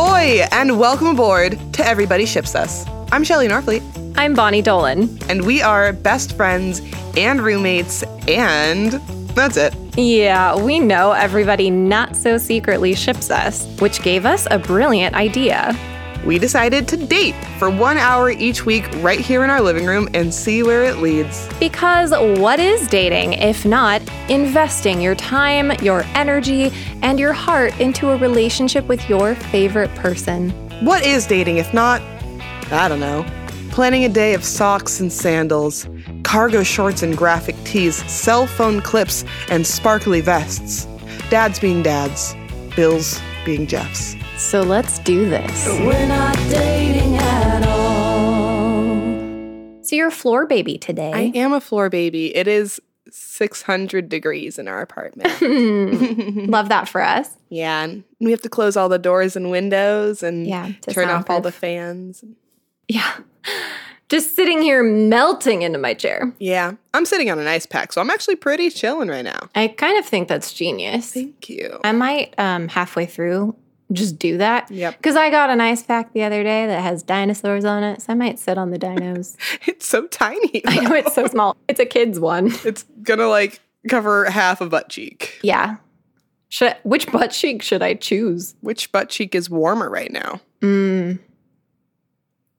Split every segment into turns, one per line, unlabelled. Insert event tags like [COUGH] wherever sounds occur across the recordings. and welcome aboard to Everybody Ships Us. I'm Shelly Norfleet,
I'm Bonnie Dolan.
and we are best friends and roommates, and that's it.
Yeah, we know everybody not so secretly ships us, which gave us a brilliant idea.
We decided to date for one hour each week right here in our living room and see where it leads.
Because what is dating if not investing your time, your energy, and your heart into a relationship with your favorite person?
What is dating if not? I don't know. Planning a day of socks and sandals, cargo shorts and graphic tees, cell phone clips and sparkly vests, dads being dads, Bills being Jeffs.
So let's do this.
We're not dating at all.
So, you're a floor baby today.
I am a floor baby. It is 600 degrees in our apartment.
[LAUGHS] Love that for us.
yeah. And we have to close all the doors and windows and
Yeah, to
turn off all
soundproof.
the fans.
Yeah. Just sitting here melting into my chair.
Yeah. I'm sitting on an ice pack, so I'm actually pretty chilling right now.
I kind of think that's genius.
Thank you. [LAUGHS]
I might um halfway through just do that.
Yep.
Because I got an ice pack the other day that has dinosaurs on it, so I might sit on the [LAUGHS] dinos.
It's so tiny.
I know it's so small. It's a kid's one.
[LAUGHS] It's gonna like cover half a butt cheek.
Yeah. Should, which butt cheek should I choose?
Which butt cheek is warmer right now?
Mm,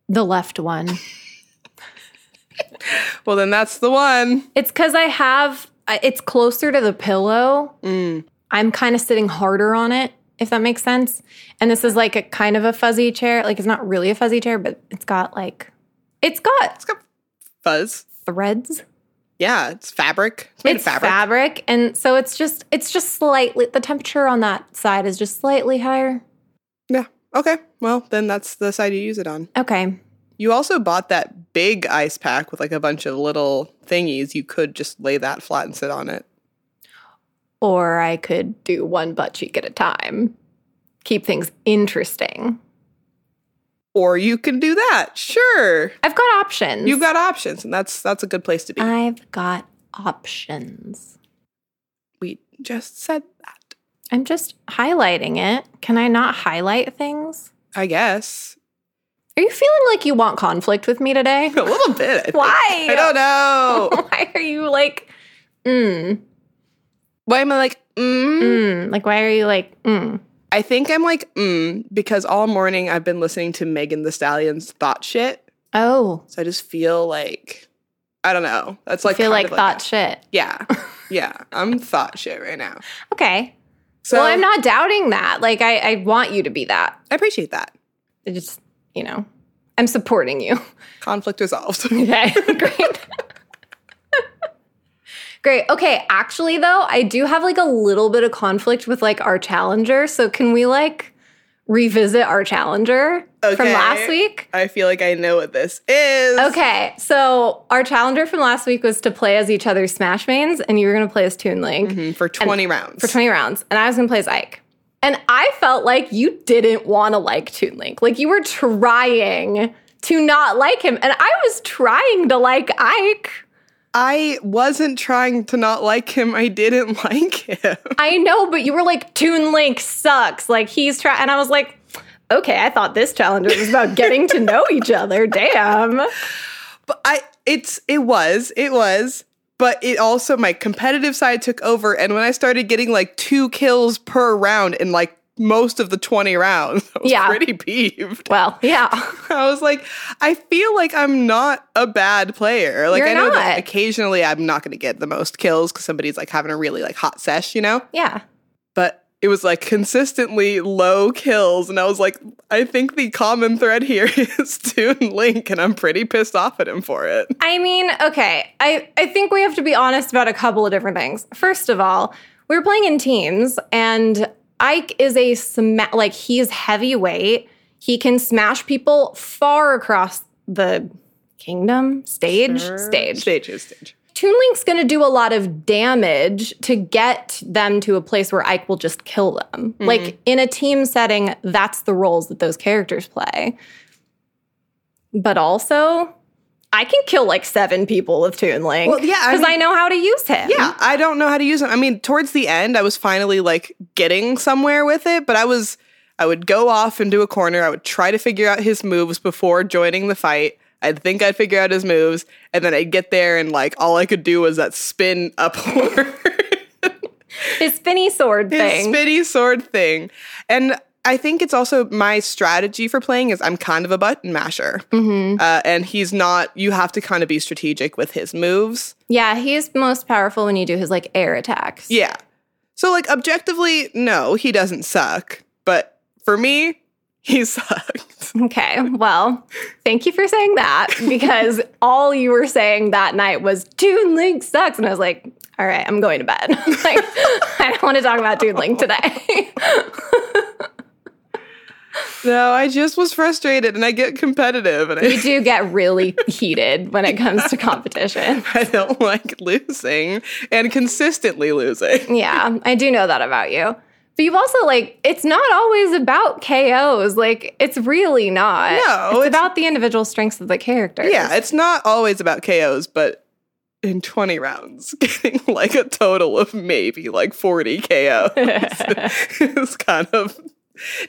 the left one.
Well, then that's the one.
[LAUGHS] It's because I have. I- It's closer to the pillow.
Mm.
I'm kind of sitting harder on it, if that makes sense. And this is like a kind of a fuzzy chair. Like it's not really a fuzzy chair, but it's got like, it's got
It's got fuzz.
threads.
Yeah, it's fabric. It's made
it's
of fabric.
and so it's just it's just slightly the temperature on that side is just slightly higher.
yeah. Okay. Well, then that's the side you use it on.
Okay.
You also bought that big ice pack with like a bunch of little thingies. You could just lay that flat and sit on it.
Or I could do one butt cheek at a time. Keep things interesting.
Or you can do that. Sure.
I've got options.
You've got options, and that's that's a good place to be.
I've got options.
we just said that.
I'm just highlighting it. Can I not highlight things?
I guess. [LAUGHS]
Are you feeling like you want conflict with me today?
A little bit. I think.
Why?
I don't know.
[LAUGHS]
[LAUGHS]
why are you like mm,
Why am I like, mm?
mm, like why are you like mm?
I think I'm like, mm, because all morning I've been listening to Megan the Stallion's thought shit.
Oh,
So I just feel like, I don't know. That's
I
like,
feel
kind
like
of
thought shit. [LAUGHS]
yeah. Yeah. I'm thought shit right now.
Okay.
So
well, I'm not doubting that. Like, I, I want you to be that.
I appreciate that.
I just, you know, I'm supporting you. [LAUGHS]
Conflict resolved. [LAUGHS]
Okay. [LAUGHS] Great. Great. Okay. Actually, though, I do have like a little bit of conflict with like our challenger. So, can we like revisit our challenger from
Okay.
last week?
I feel like I know what this is.
Okay. So, our challenger from last week was to play as each other's Smash Mains, and you were going to play as Toon Link.
Mhm, For 20 rounds.
for 20 rounds and I was gonna play as Ike. And I felt like you didn't wanna like Toon Link. Like you were trying to not like him. And I was trying to like Ike.
I wasn't trying to not like him. I didn't [LAUGHS] like him.
I know, but you were like, Toon Link sucks. Like he's trying. And I was like, okay, I thought this challenge was about getting to know each other. Damn.
But I it's it was, it was, but it also my competitive side took over and when I started getting like two kills per round in like most of the 20 rounds, [LAUGHS] I was
Yeah.
pretty peeved.
Well, yeah.
I was like, I feel like I'm not a bad player. Like
You're
I know that
not.
occasionally I'm not going to get the most kills cuz somebody's like having a really like hot sesh, you know?
Yeah.
But it was like consistently low kills and I was like, I think the common thread here [LAUGHS] is Toon Link and I'm pretty pissed off at him for it.
I mean, okay. I, I think we have to be honest about a couple of different things. First of all, we were playing in teams, and Ike is a sma- like he's heavyweight. He can smash people far across the kingdom stage stage.
Stage is stage.
Toon Link's going to do a lot of damage to get them to a place where Ike will just kill them.
Mm-hmm.
Like in a team setting, that's the roles that those characters play. But also, I can kill like seven people with Toon Link.
Well, yeah, I
because I,
mean-
know how to use him.
Yeah, I don't know how to use them. I mean, towards the end, I was finally like getting somewhere with it, but I was I would go off into a corner. I would try to figure out his moves before joining the fight. I'd think I'd figure out his moves, and then I'd get there, and like all I could do was that spin [LAUGHS] upward,
His spinny sword
his
thing.
spinny sword thing. And I think it's also my strategy for playing is I'm kind of a button masher,
Mhm.
uh, and he's not. You have to kind of be strategic with his moves.
Yeah, he is most powerful when you do his like air attacks.
Yeah. So, like, objectively, no, he doesn't suck. But for me, he [LAUGHS] sucked.
Okay. Well, thank you for saying
[LAUGHS]
that because all you were saying that night was Toon Link sucks. And I was like, all right, I'm going to bed. [LAUGHS] like, I don't want to talk about Toon Link
[LAUGHS]
today.
No, I just was frustrated and I get competitive
[LAUGHS]
and
we
I,
do get really heated when it comes to competition.
I don't like losing and consistently losing.
Yeah, I do know that about you. But you've also like it's not always about KOs. Like it's really not.
No,
it's,
it's-
about the individual strengths of the characters.
Yeah, it's not always about KOs, but in 20 rounds, [LAUGHS] getting like a total of maybe like 40 KOs is kind of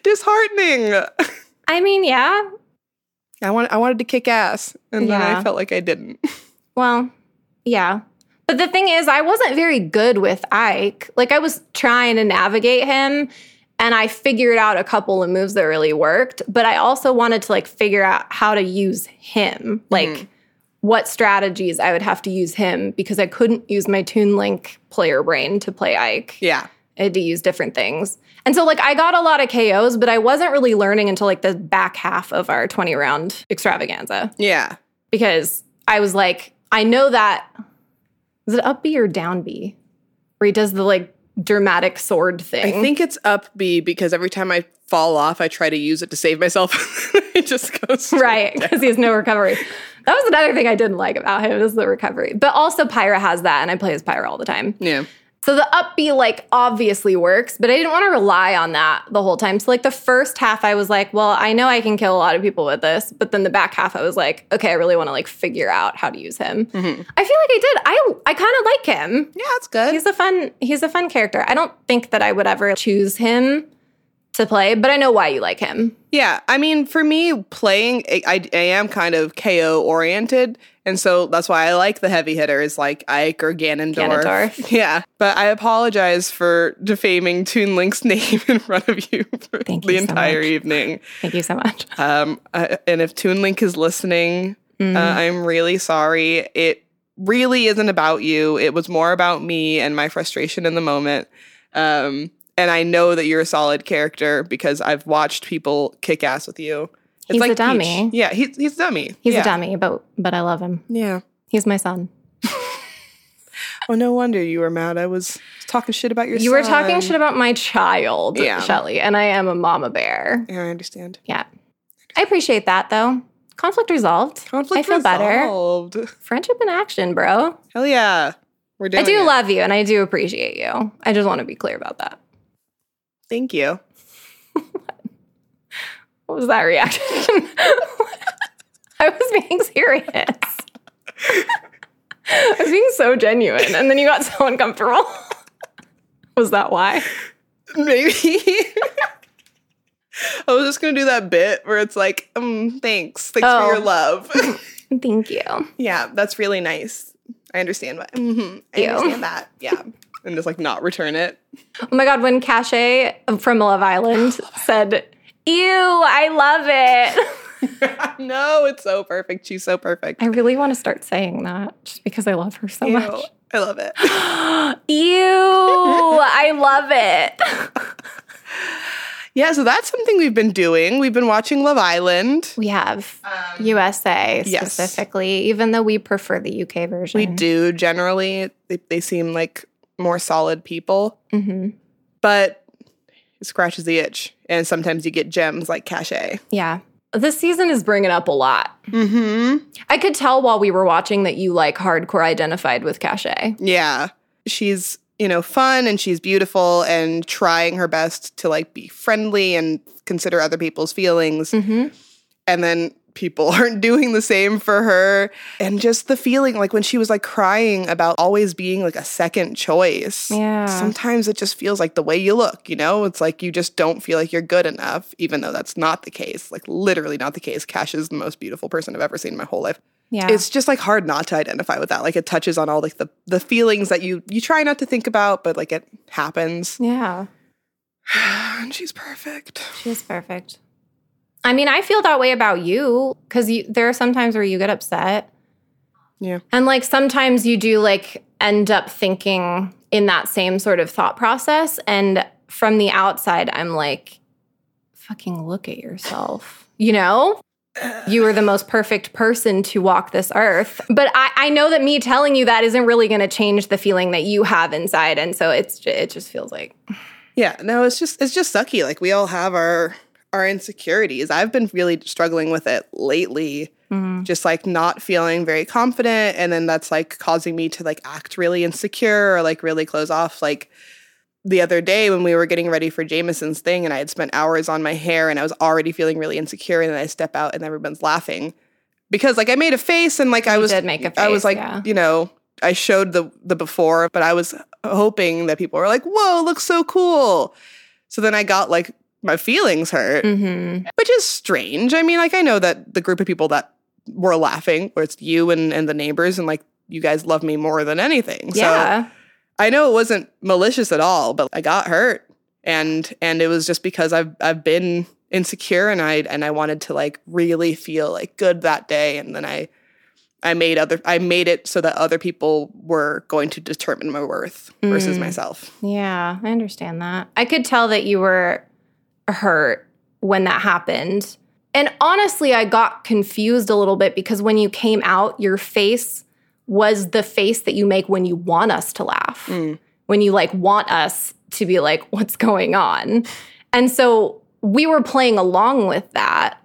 disheartening.
I mean, yeah.
I, want, I wanted to kick ass and then
Yeah.
I felt like I didn't.
Well, yeah. But the thing is, I wasn't very good with Ike. Like I was trying to navigate him and I figured out a couple of moves that really worked, but I also wanted to like figure out how to use him. Like what strategies I would have to use him because I couldn't use my Toon Link player brain to play Ike.
Yeah.
I had to use different things. And so like I got a lot of KOs, but I wasn't really learning until like the back half of our 20 round extravaganza
Yeah.
because I was like, I know that is it up B or down B? Where he does the like dramatic sword
I
thing.
think it's up B because every time I fall off, I try to use it to save myself. [LAUGHS] it just goes
[LAUGHS] right, because he has no recovery. That was another thing I didn't like about him is the recovery. But also Pyra has that and I play as Pyra all the time.
Yeah.
So the up B like obviously works, but I didn't want to rely on that the whole time. So like the first half I was like, well, I know I can kill a lot of people with this, but then the back half I was like, okay, I really want to like figure out how to use him.
Mm-hmm.
I feel like I did. I I kind of like him.
Yeah, that's good.
He's a fun he's a fun character. I don't think that I would ever choose him to play, but I know why you like him.
yeah. I mean, for me, playing, I, I- I am kind of KO oriented. And so that's why I like the heavy hitters like Ike or Ganondorf.
Ganondorf.
Yeah. But I apologize for defaming Toon Link's [LAUGHS] name in front of you [LAUGHS] for
Thank
the
you so
entire
much.
evening.
Thank you so much.
Um, uh, and if Toon Link is listening, uh,
Mm. Mm-hmm.
I'm really sorry. It really isn't about you. It was more about me and my frustration in the moment. Um, and I know that you're a solid character because I've watched people kick ass with you. It's
He's a
like Peach.
dummy.
Yeah, he's he's a dummy.
He's
yeah.
a dummy, but but I love him.
Yeah.
He's my son.
Well, no wonder you were mad. I was talking shit about your.
You were talking
son.
shit about my child,
Yeah.
Shelly, and I am a mama bear.
Yeah, I understand.
Yeah. I appreciate that though. Conflict resolved.
Conflict
I feel better.
resolved.
Friendship in action, bro.
Hell yeah, we're doing.
I do
it.
love you and I do appreciate you. I just want to be clear about that.
Thank you.
What was that reaction? [LAUGHS] I was being serious. I was being so genuine and then you got so uncomfortable. [LAUGHS] was that why?
Maybe. I was just gonna do that bit where it's like, um, thanks, thanks
Oh.
for your love.
[LAUGHS] Thank you. Oh
yeah, that's really nice. I understand what. mhm, I
Ew.
understand that. Yeah, and just like not return it. [LAUGHS]
Oh my god, when Cache from [GASPS] Love Island said, Ew, I love it.
no, it's so perfect. She's so perfect.
[LAUGHS] I really want to start saying that just because I love her so
Ew,
[GASPS] much.
I love it. [GASPS]
Ew, [LAUGHS] I love it.
Yeah, so that's something we've been doing. We've been watching Love Island.
We have USA
yes.
specifically, even though we prefer the UK version.
We do generally. They, they seem like more solid people,
hmm
but it scratches the itch, and sometimes you get gems like Cachet.
Yeah. This season is bringing up a lot.
Mm-hmm.
I could tell while we were watching that you like hardcore identified with Cache.
Yeah. She's, you know, fun and she's beautiful and trying her best to like be friendly and consider other people's feelings.
Mm-hmm.
And then people [LAUGHS] aren't doing the same for her. And just the feeling like when she was like crying about always being like a second choice.
Yeah.
Sometimes it just feels like the way you look, you know? It's like you just don't feel like you're good enough, even though that's not the case. Like literally not the case. Cash is the most beautiful person I've ever seen in my whole life.
Yeah.
It's just like hard not to identify with that. Like it touches on all like the, the feelings that you you try not to think about, but like it happens. [SIGHS]
yeah.
and she's perfect.
She's perfect. I mean, I feel that way about you because there are sometimes where you get upset.
Yeah.
And like sometimes you do like end up thinking in that same sort of thought process. And from the outside, I'm like, fucking look at yourself. You know? You are the most perfect person to walk this earth. But I, I know that me telling you that isn't really going to change the feeling that you have inside. And so it's ju- it just feels like,
Yeah, no, it's just it's just sucky. Like we all have our our insecurities. I've been really struggling with it lately. Just like not feeling very confident and then that's like causing me to like act really insecure or like really close off like the other day when we were getting ready for Jameson's thing and I had spent hours on my hair and I was already feeling really insecure and then I step out and everyone's laughing because like I made a face and like I was
did make a
I was
face,
like
yeah.
you know I showed the the before but I was hoping that people were like whoa looks so cool so then I got like my feelings hurt
mm
which is strange I mean like I know that the group of people that were laughing where it's you and and the neighbors and like you guys love me more than anything so
yeah.
I know it wasn't malicious at all, but I got hurt, and and it was just because I've I've been insecure, and I and I wanted to like really feel like good that day, and then I I made other I made it so that other people were going to determine my worth versus
Mm.
myself.
Yeah, I understand that. I could tell that you were hurt when that happened. And honestly, I got confused a little bit because when you came out, your face was the face that you make when you want us to laugh,
Mm.
when you like want us to be like, what's going on? And so we were playing along with that.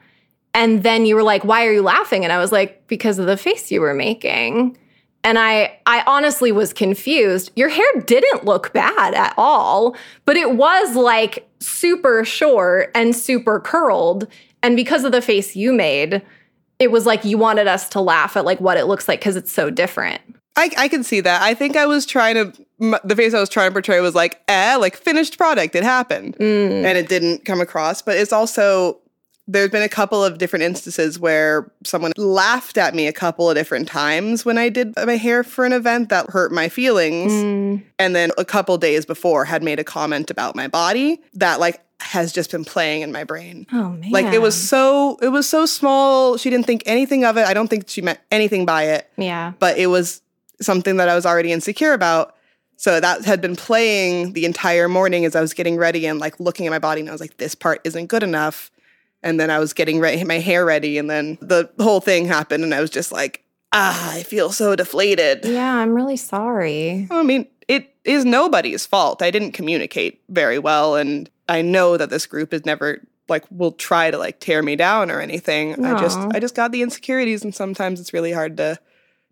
And then you were like, why are you laughing? And I was like, because of the face you were making and I I honestly was confused. Your hair didn't look bad at all, but it was like super short and super curled and because of the face you made, it was like you wanted us to laugh at like what it looks like cuz it's so different.
I I can see that. I think I was trying to m- the face I was trying to portray was like eh, like finished product. It happened.
Mm.
and it didn't come across. But it's also there's been a couple of different instances where someone laughed at me a couple of different times when I did my hair for an event that hurt my feelings.
Mm.
And then a couple days before had made a comment about my body that like has just been playing in my brain.
Oh man.
Like it was so it was so small. She didn't think anything of it. I don't think she meant anything by it
yeah.
but it was something that I was already insecure about. So that had been playing the entire morning as I was getting ready and like looking at my body, and I was like, this part isn't good enough. And then I was getting re- my hair ready, and then the whole thing happened, and I was just like, ah, I feel so deflated.
Yeah, I'm really sorry.
I mean, it is nobody's fault. I didn't communicate very well, and I know that this group is never like will try to like tear me down or anything. I just
Aw.
I just got the insecurities, and sometimes it's really hard to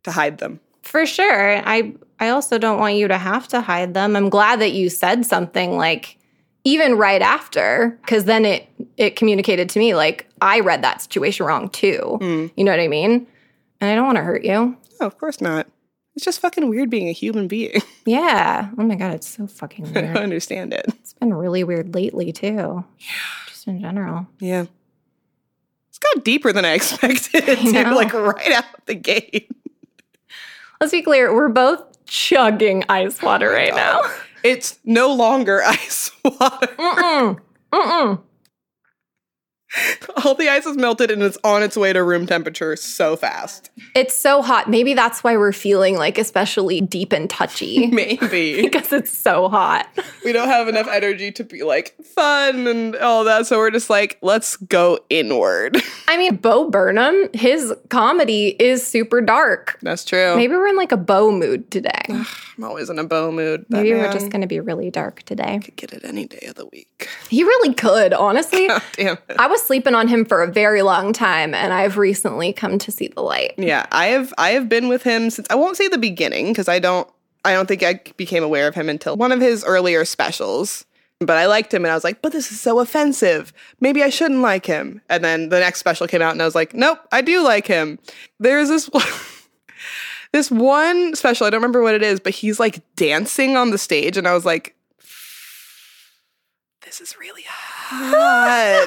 to hide them.
For sure. I I also don't want you to have to hide them. I'm glad that you said something like even right after cuz then it it communicated to me like I read that situation wrong too.
Mm.
You know what I mean? And I don't want to hurt you.
No, of course not. It's just fucking weird being a human being. [LAUGHS]
Yeah. Oh my god, it's so fucking
I don't [LAUGHS]
weird.
understand it.
it's been really weird lately too. Yeah. Just in general.
Yeah. It's got deeper than I [LAUGHS] expected it
I
to,
know.
like right out the gate.
Let's be clear, we're both chugging ice water right now.
It's no longer [LAUGHS] ice water.
[LAUGHS] Mm-mm. Mm-mm.
All the ice is melted and it's on its way to room temperature so fast.
It's so hot. Maybe that's why we're feeling like especially deep and touchy.
[LAUGHS]
[LAUGHS]
Maybe.
because it's so hot.
we don't have enough energy to be like fun and all that. So we're just like, let's go inward. [LAUGHS]
I mean, Bo Burnham, his comedy is super dark.
That's true.
Maybe we're in like a Bo mood today.
I'm always in a bow mood. That
Maybe we're
man
just going to be really dark today.
could get it any day of the week. [LAUGHS]
He really could, honestly.
Damn it.
I was sleeping on him for a very long time, and I've recently come to see the light.
Yeah, I have I have been with him since I won't say the beginning because I don't I don't think I became aware of him until one of his earlier specials But I liked him and I was like, but this is so offensive. Maybe I shouldn't like him. And then the next special came out and I was like, nope, I do like him. There's this [LAUGHS] one- this one special, I don't remember what it is, but he's like dancing on the stage and I was like, this is really hot. [LAUGHS]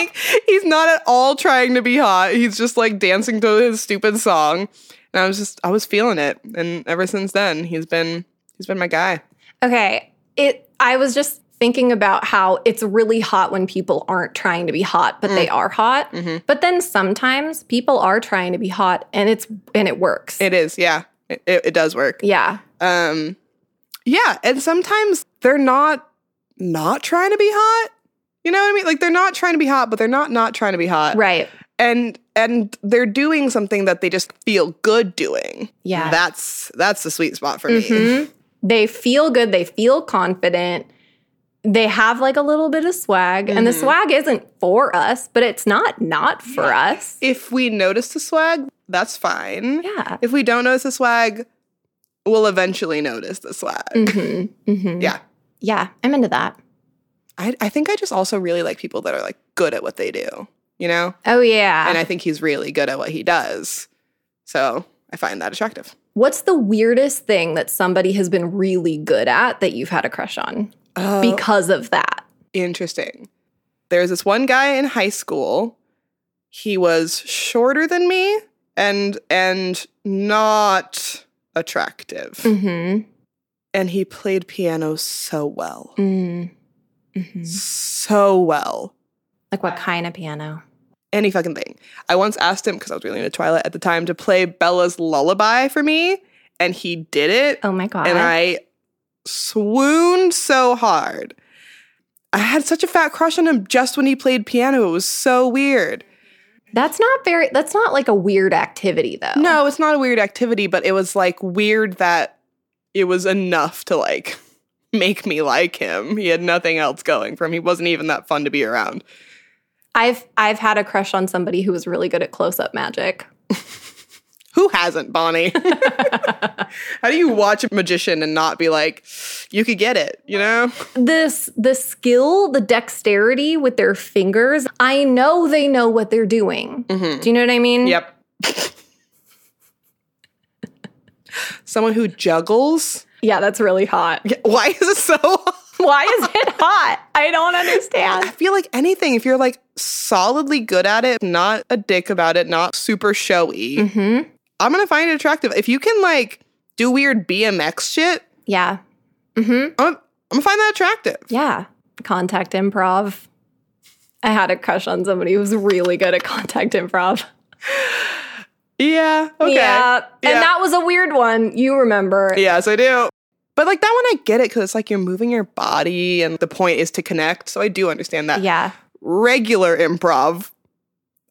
Like, he's not at all trying to be hot. He's just like dancing to his stupid song. And I was just I was feeling it. And ever since then, he's been he's been my guy.
Okay. It I was just thinking about how it's really hot when people aren't trying to be hot, but
Mm.
they are hot.
Mm-hmm.
But then sometimes people are trying to be hot and it's and it works.
It is, yeah. It, it, it does work.
yeah.
Um yeah, and sometimes they're not not trying to be hot. You know what I mean? Like they're not trying to be hot, but they're not not trying to be hot.
Right.
and and they're doing something that they just feel good doing.
Yeah.
that's that's the sweet spot for me.
Mhm. They feel good, they feel confident. They have like a little bit of swag, and
Mm-hmm.
the swag isn't for us, but it's not not for us.
If we notice the swag, that's fine.
Yeah.
If we don't notice the swag, we'll eventually notice the swag.
Mm-hmm. Mm-hmm.
Yeah,
Yeah. I'm into that.
I I think I just also really like people that are like good at what they do. You know,
Oh, yeah.
and I think he's really good at what he does. So I find that attractive.
What's the weirdest thing that somebody has been really good at that you've had a crush on
Oh,
because of that?
interesting. There's this one guy in high school. He was shorter than me and and not attractive.
Mm-hmm.
And he played piano so well.
Mm-hmm.
So well.
Like what kind of piano?
Any fucking thing. I once asked him because I was really into Twilight at the time to play Bella's Lullaby for me, and he did it.
Oh my god!
and I swooned so hard. I had such a fat crush on him just when he played piano. It was so weird.
that's not very. That's not like a weird activity though.
No, it's not a weird activity, but it was like weird that it was enough to like [LAUGHS] make me like him. He had nothing else going for him. He wasn't even that fun to be around.
I've I've had a crush on somebody who was really good at close up magic.
Who hasn't, Bonnie? [LAUGHS] How do you watch a magician and not be like, you could get it, you know?
This the skill, the dexterity with their fingers. I know they know what they're doing.
Mhm.
Do you know what I mean?
Yep. [LAUGHS] Someone who juggles.
Yeah, that's really hot. [LAUGHS]
Yeah, Why is it so? [LAUGHS]
Why is it hot? I don't understand. [LAUGHS]
I feel like anything, if you're like solidly good at it, not a dick about it, not super showy,
hmm
I'm gonna find it attractive. If you can like do weird BMX shit,
Yeah. hmm
I'm, I'm gonna find that attractive.
Yeah. Contact improv. I had a crush on somebody who was really good at contact improv.
Yeah. Okay.
Yeah.
Yeah.
And that was a weird one. You remember.
Yes, I do. But like that one, I get it because it's like you're moving your body and the point is to connect. So I do understand that.
Yeah.
Regular improv,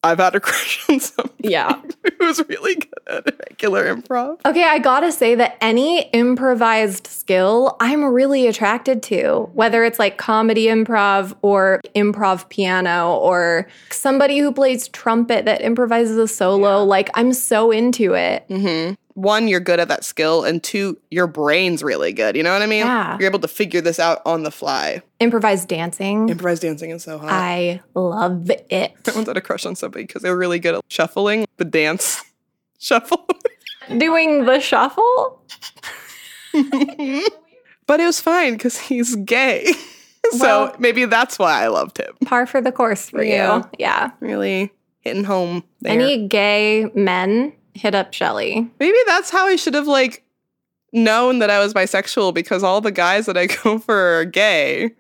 I've had a [LAUGHS] crush on somebody
Yeah.
[LAUGHS] who was really good at regular improv.
Okay, I gotta say that any improvised skill I'm really attracted to, whether it's like comedy improv or improv piano or somebody who plays trumpet that improvises a solo, like I'm so into it.
Mm-hmm. One, you're good at that skill, and two, your brain's really good. You know what I mean?
Yeah.
You're able to figure this out on the fly.
Improvised dancing,
Improvised dancing is so
Mm-hmm.
hot.
I love it.
[LAUGHS] I [LAUGHS] once had a crush on somebody because they were really good at shuffling the dance [LAUGHS] shuffle.
doing the shuffle?
Mm-hmm. but it was fine because he's gay. [LAUGHS] so
Well-
maybe that's why I loved him.
Par for the course for
Yeah.
you. Yeah.
Really hitting home there.
Any gay men hit up Shelly.
maybe that's how I should have like known that I was bisexual because all the guys that I [LAUGHS] go for are gay.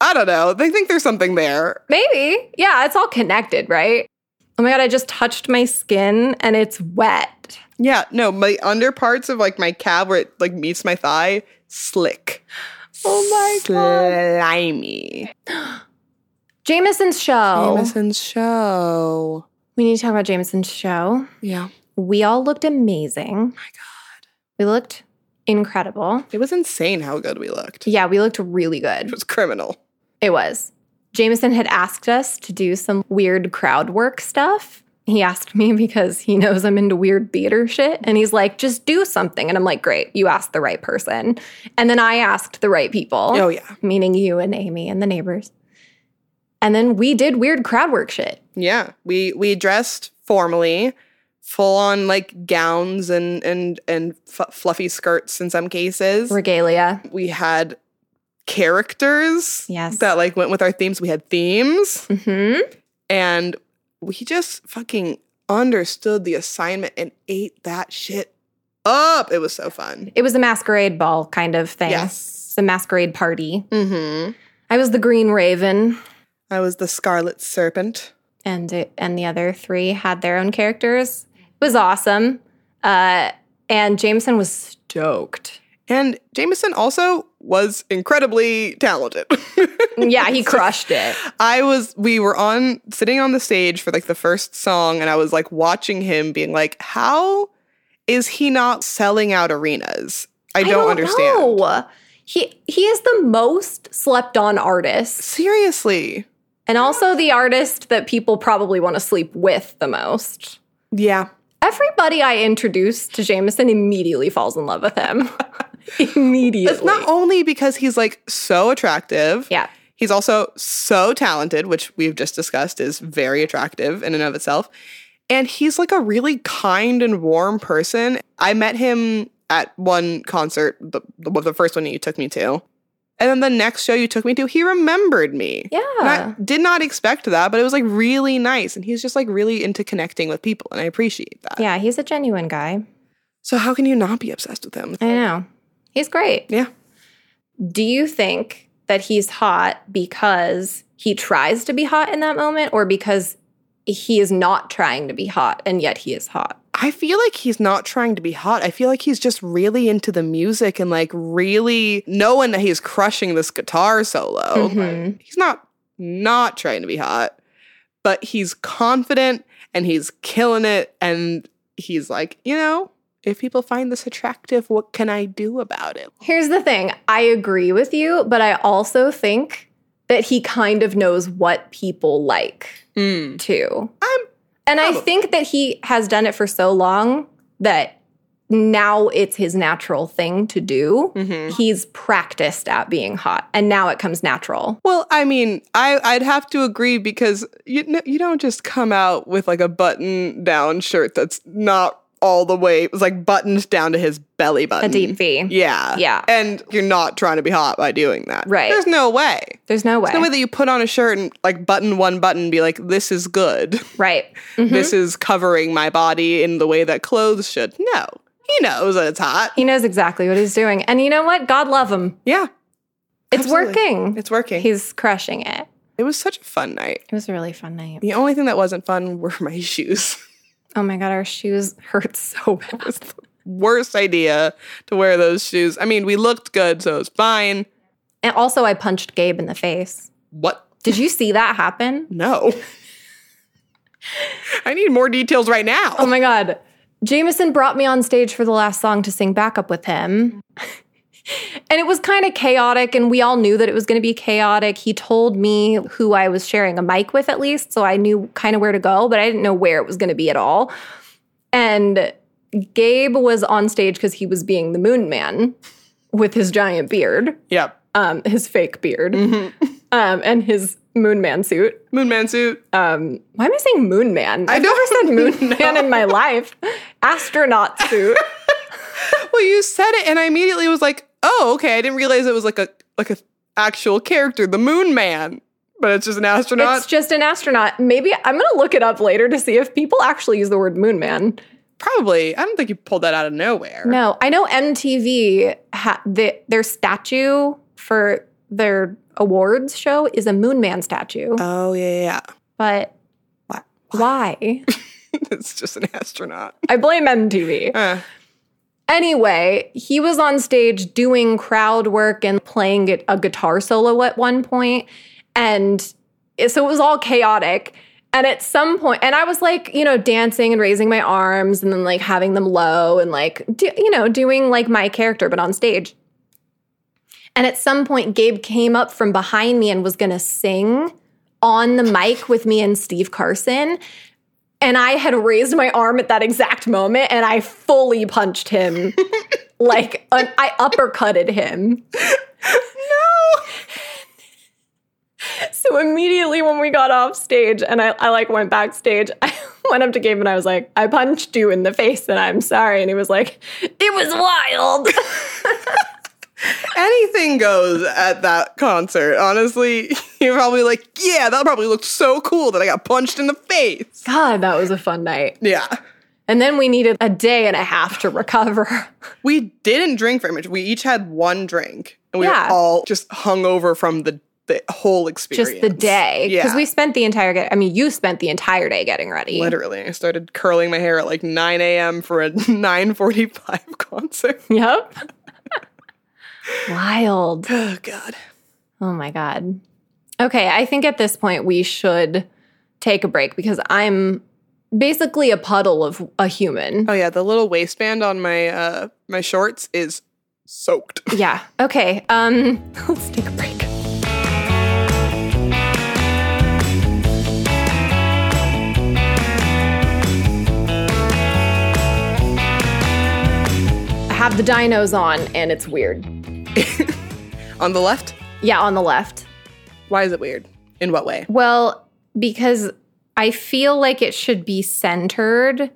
I don't know. They think there's something there.
Maybe. Yeah, it's all connected, right? Oh my God, I just touched my skin and it's wet.
Yeah, no, my under parts of like my calf where it like meets my thigh, slick.
Oh my God.
Slimy. Oh.
Jameson's show.
Jameson's show.
We need to talk about Jameson's show.
Yeah.
We all looked amazing. Oh my God. We looked incredible.
It was insane how good we looked.
Yeah, we looked really
It
good.
was criminal.
It was. Jameson had asked us to do some weird crowd work stuff. He asked me [LAUGHS] because he knows I'm into weird theater shit. And he's like, just do something. And I'm like, great, you asked the right person. And then I asked the right people.
Oh, yeah.
Meaning you and Amy and the neighbors. And then we did weird crowd work shit.
Yeah, we we dressed formally, full on like gowns and and and f- fluffy skirts in some cases.
Regalia.
we had characters
Yes.
that like went with our themes. We had themes,
hmm
and we just fucking understood the assignment and ate that shit up. It was so fun.
It was a masquerade ball kind of thing.
Yes.
It's a masquerade party.
Mm-hmm.
I was the Green Raven.
I was the Scarlet Serpent.
and it, and the other three had their own characters. It was awesome. Uh, and Jameson was stoked.
And Jameson also was incredibly talented. [LAUGHS]
Yeah, he crushed it.
I was we were on sitting on the stage for like the first song and I was like watching him being like how is he not selling out arenas? I don't, understand.
know. He he is the most slept on artist,
Seriously.
and also the artist that people probably want to sleep with the most.
Yeah.
Everybody I introduce to Jameson immediately falls in love with
[LAUGHS]
him. [LAUGHS] immediately.
It's not only because he's like so attractive.
yeah.
He's also so talented, which we've just discussed is very attractive in and of itself. And he's like a really kind and warm person. I met him at one concert, the, the, the first one you took me to. And then the next show you took me to, he remembered me.
Yeah.
And I did not expect that, but it was like really nice. And he's just like really into connecting with people. And I appreciate that.
yeah, he's a genuine guy.
So, how can you not be obsessed with him?
I know. He's great.
Yeah.
Do you think that he's hot because he tries to be hot in that moment or because he is not trying to be hot and yet he is hot?
I feel like he's not trying to be hot. I feel like he's just really into the music and like really knowing that he's crushing this guitar solo.
Mhm.
He's not not trying to be hot, but he's confident and he's killing it and he's like, you know, if people find this attractive, what can I do about it?
Here's the thing I agree with you, but I also think that he kind of knows what people like
Mm.
too.
Um,
and I
probably.
think that he has done it for so long that now it's his natural thing to do.
Mhm.
He's practiced at being hot and now it comes natural.
Well, I mean, I I'd have to agree because you kn- you don't just come out with like a button down shirt that's not all the way it's like buttoned down to his belly button.
a deep V.
Yeah.
Yeah.
And you're not trying to be hot by doing that.
Right.
There's no way.
There's no way.
There's no way that you put on a shirt and like button one button and be like, this is good.
right.
[LAUGHS]
Mhm.
This is covering my body in the way that clothes should. No. He knows that it's hot.
He knows exactly what he's doing. And you know what? God love him.
Yeah.
It's
Absolutely.
working.
It's working.
He's crushing it.
it was such a fun night.
It was a really fun night.
The only thing that wasn't fun were [LAUGHS] my shoes.
Oh my God, our shoes [LAUGHS] hurt so bad.
[LAUGHS] Worst idea to wear those shoes. I mean, we looked good, so it was fine.
And also, I punched Gabe in the face.
What?
Did you see that happen?
No. [LAUGHS] I need more details right now.
Oh my God. Jameson brought me on stage for the last song to sing backup with him. [LAUGHS] And it was kind of chaotic, and we all knew that it was going to be chaotic. He told me who I was sharing a mic with, at least, so I knew kind of where to go, but I didn't know where it was going to be at all. And Gabe was on stage because he was being the moon man with his giant beard,
Yep.
um, his fake beard, um, and his moon man suit.
Moon man suit.
Um, why am I saying moon man? I've
don't-
never said moon man in my life. Astronaut suit.
Well, you said it, and I immediately was like, "Oh, okay." I didn't realize it was like a like a actual character, the Moon Man, but it's just an astronaut.
it's just an astronaut. Maybe I'm gonna look it up later to see if people actually use the word moon man.
Probably. I don't think you pulled that out of nowhere.
No, I know MTV ha- the, their statue for their awards show is a moon man statue,
Oh yeah, yeah, [LAUGHS]
but
Why-
why?
yeah. it's just an astronaut.
I blame MTV.
Uh,
Anyway, he was on stage doing crowd work and playing gu- a guitar solo at one point, And it- so it was all chaotic. And at some point, and I was like, you know, dancing and raising my arms and then like having them low and like, do, you know, doing like my character, but on stage. And at some point, Gabe came up from behind me and was going to sing on the mic with me and Steve Carson. And I had raised my arm at that exact moment and I fully punched
[LAUGHS]
him. like, an, I uppercutted him. So immediately when we got off stage and I, I like went backstage, I [LAUGHS] went up to Gabe and I was like, I punched you in the face and I'm sorry. And he was like, It was wild. [LAUGHS]
Anything goes at that concert. Honestly, [LAUGHS] you're probably like, yeah, that probably looked so cool that I got punched in the face.
God, that was a fun night.
Yeah.
And then we needed a day and a half to recover. [LAUGHS]
We didn't drink very much. We each had one drink and we
Yeah.
were all just hungover from the, the whole experience.
Just the day. Because
Yeah.
we spent the entire get- I mean, you spent the entire day getting ready.
Literally, I started curling my hair at like 9 a.m. for a [LAUGHS]
[LAUGHS]
9:45 concert.
Yep. Wild.
Oh God!
Oh my God. Okay, I think at this point we should take a break because I'm basically a puddle of a human.
[LAUGHS] Oh yeah, the little waistband on my uh, my shorts is soaked.
Yeah. Okay. Um [LAUGHS] let's take a break. I have the dinos on and it's weird.
on the left,
Yeah, on the left.
why is it weird? In what way?
Well, because I feel like it should be centered.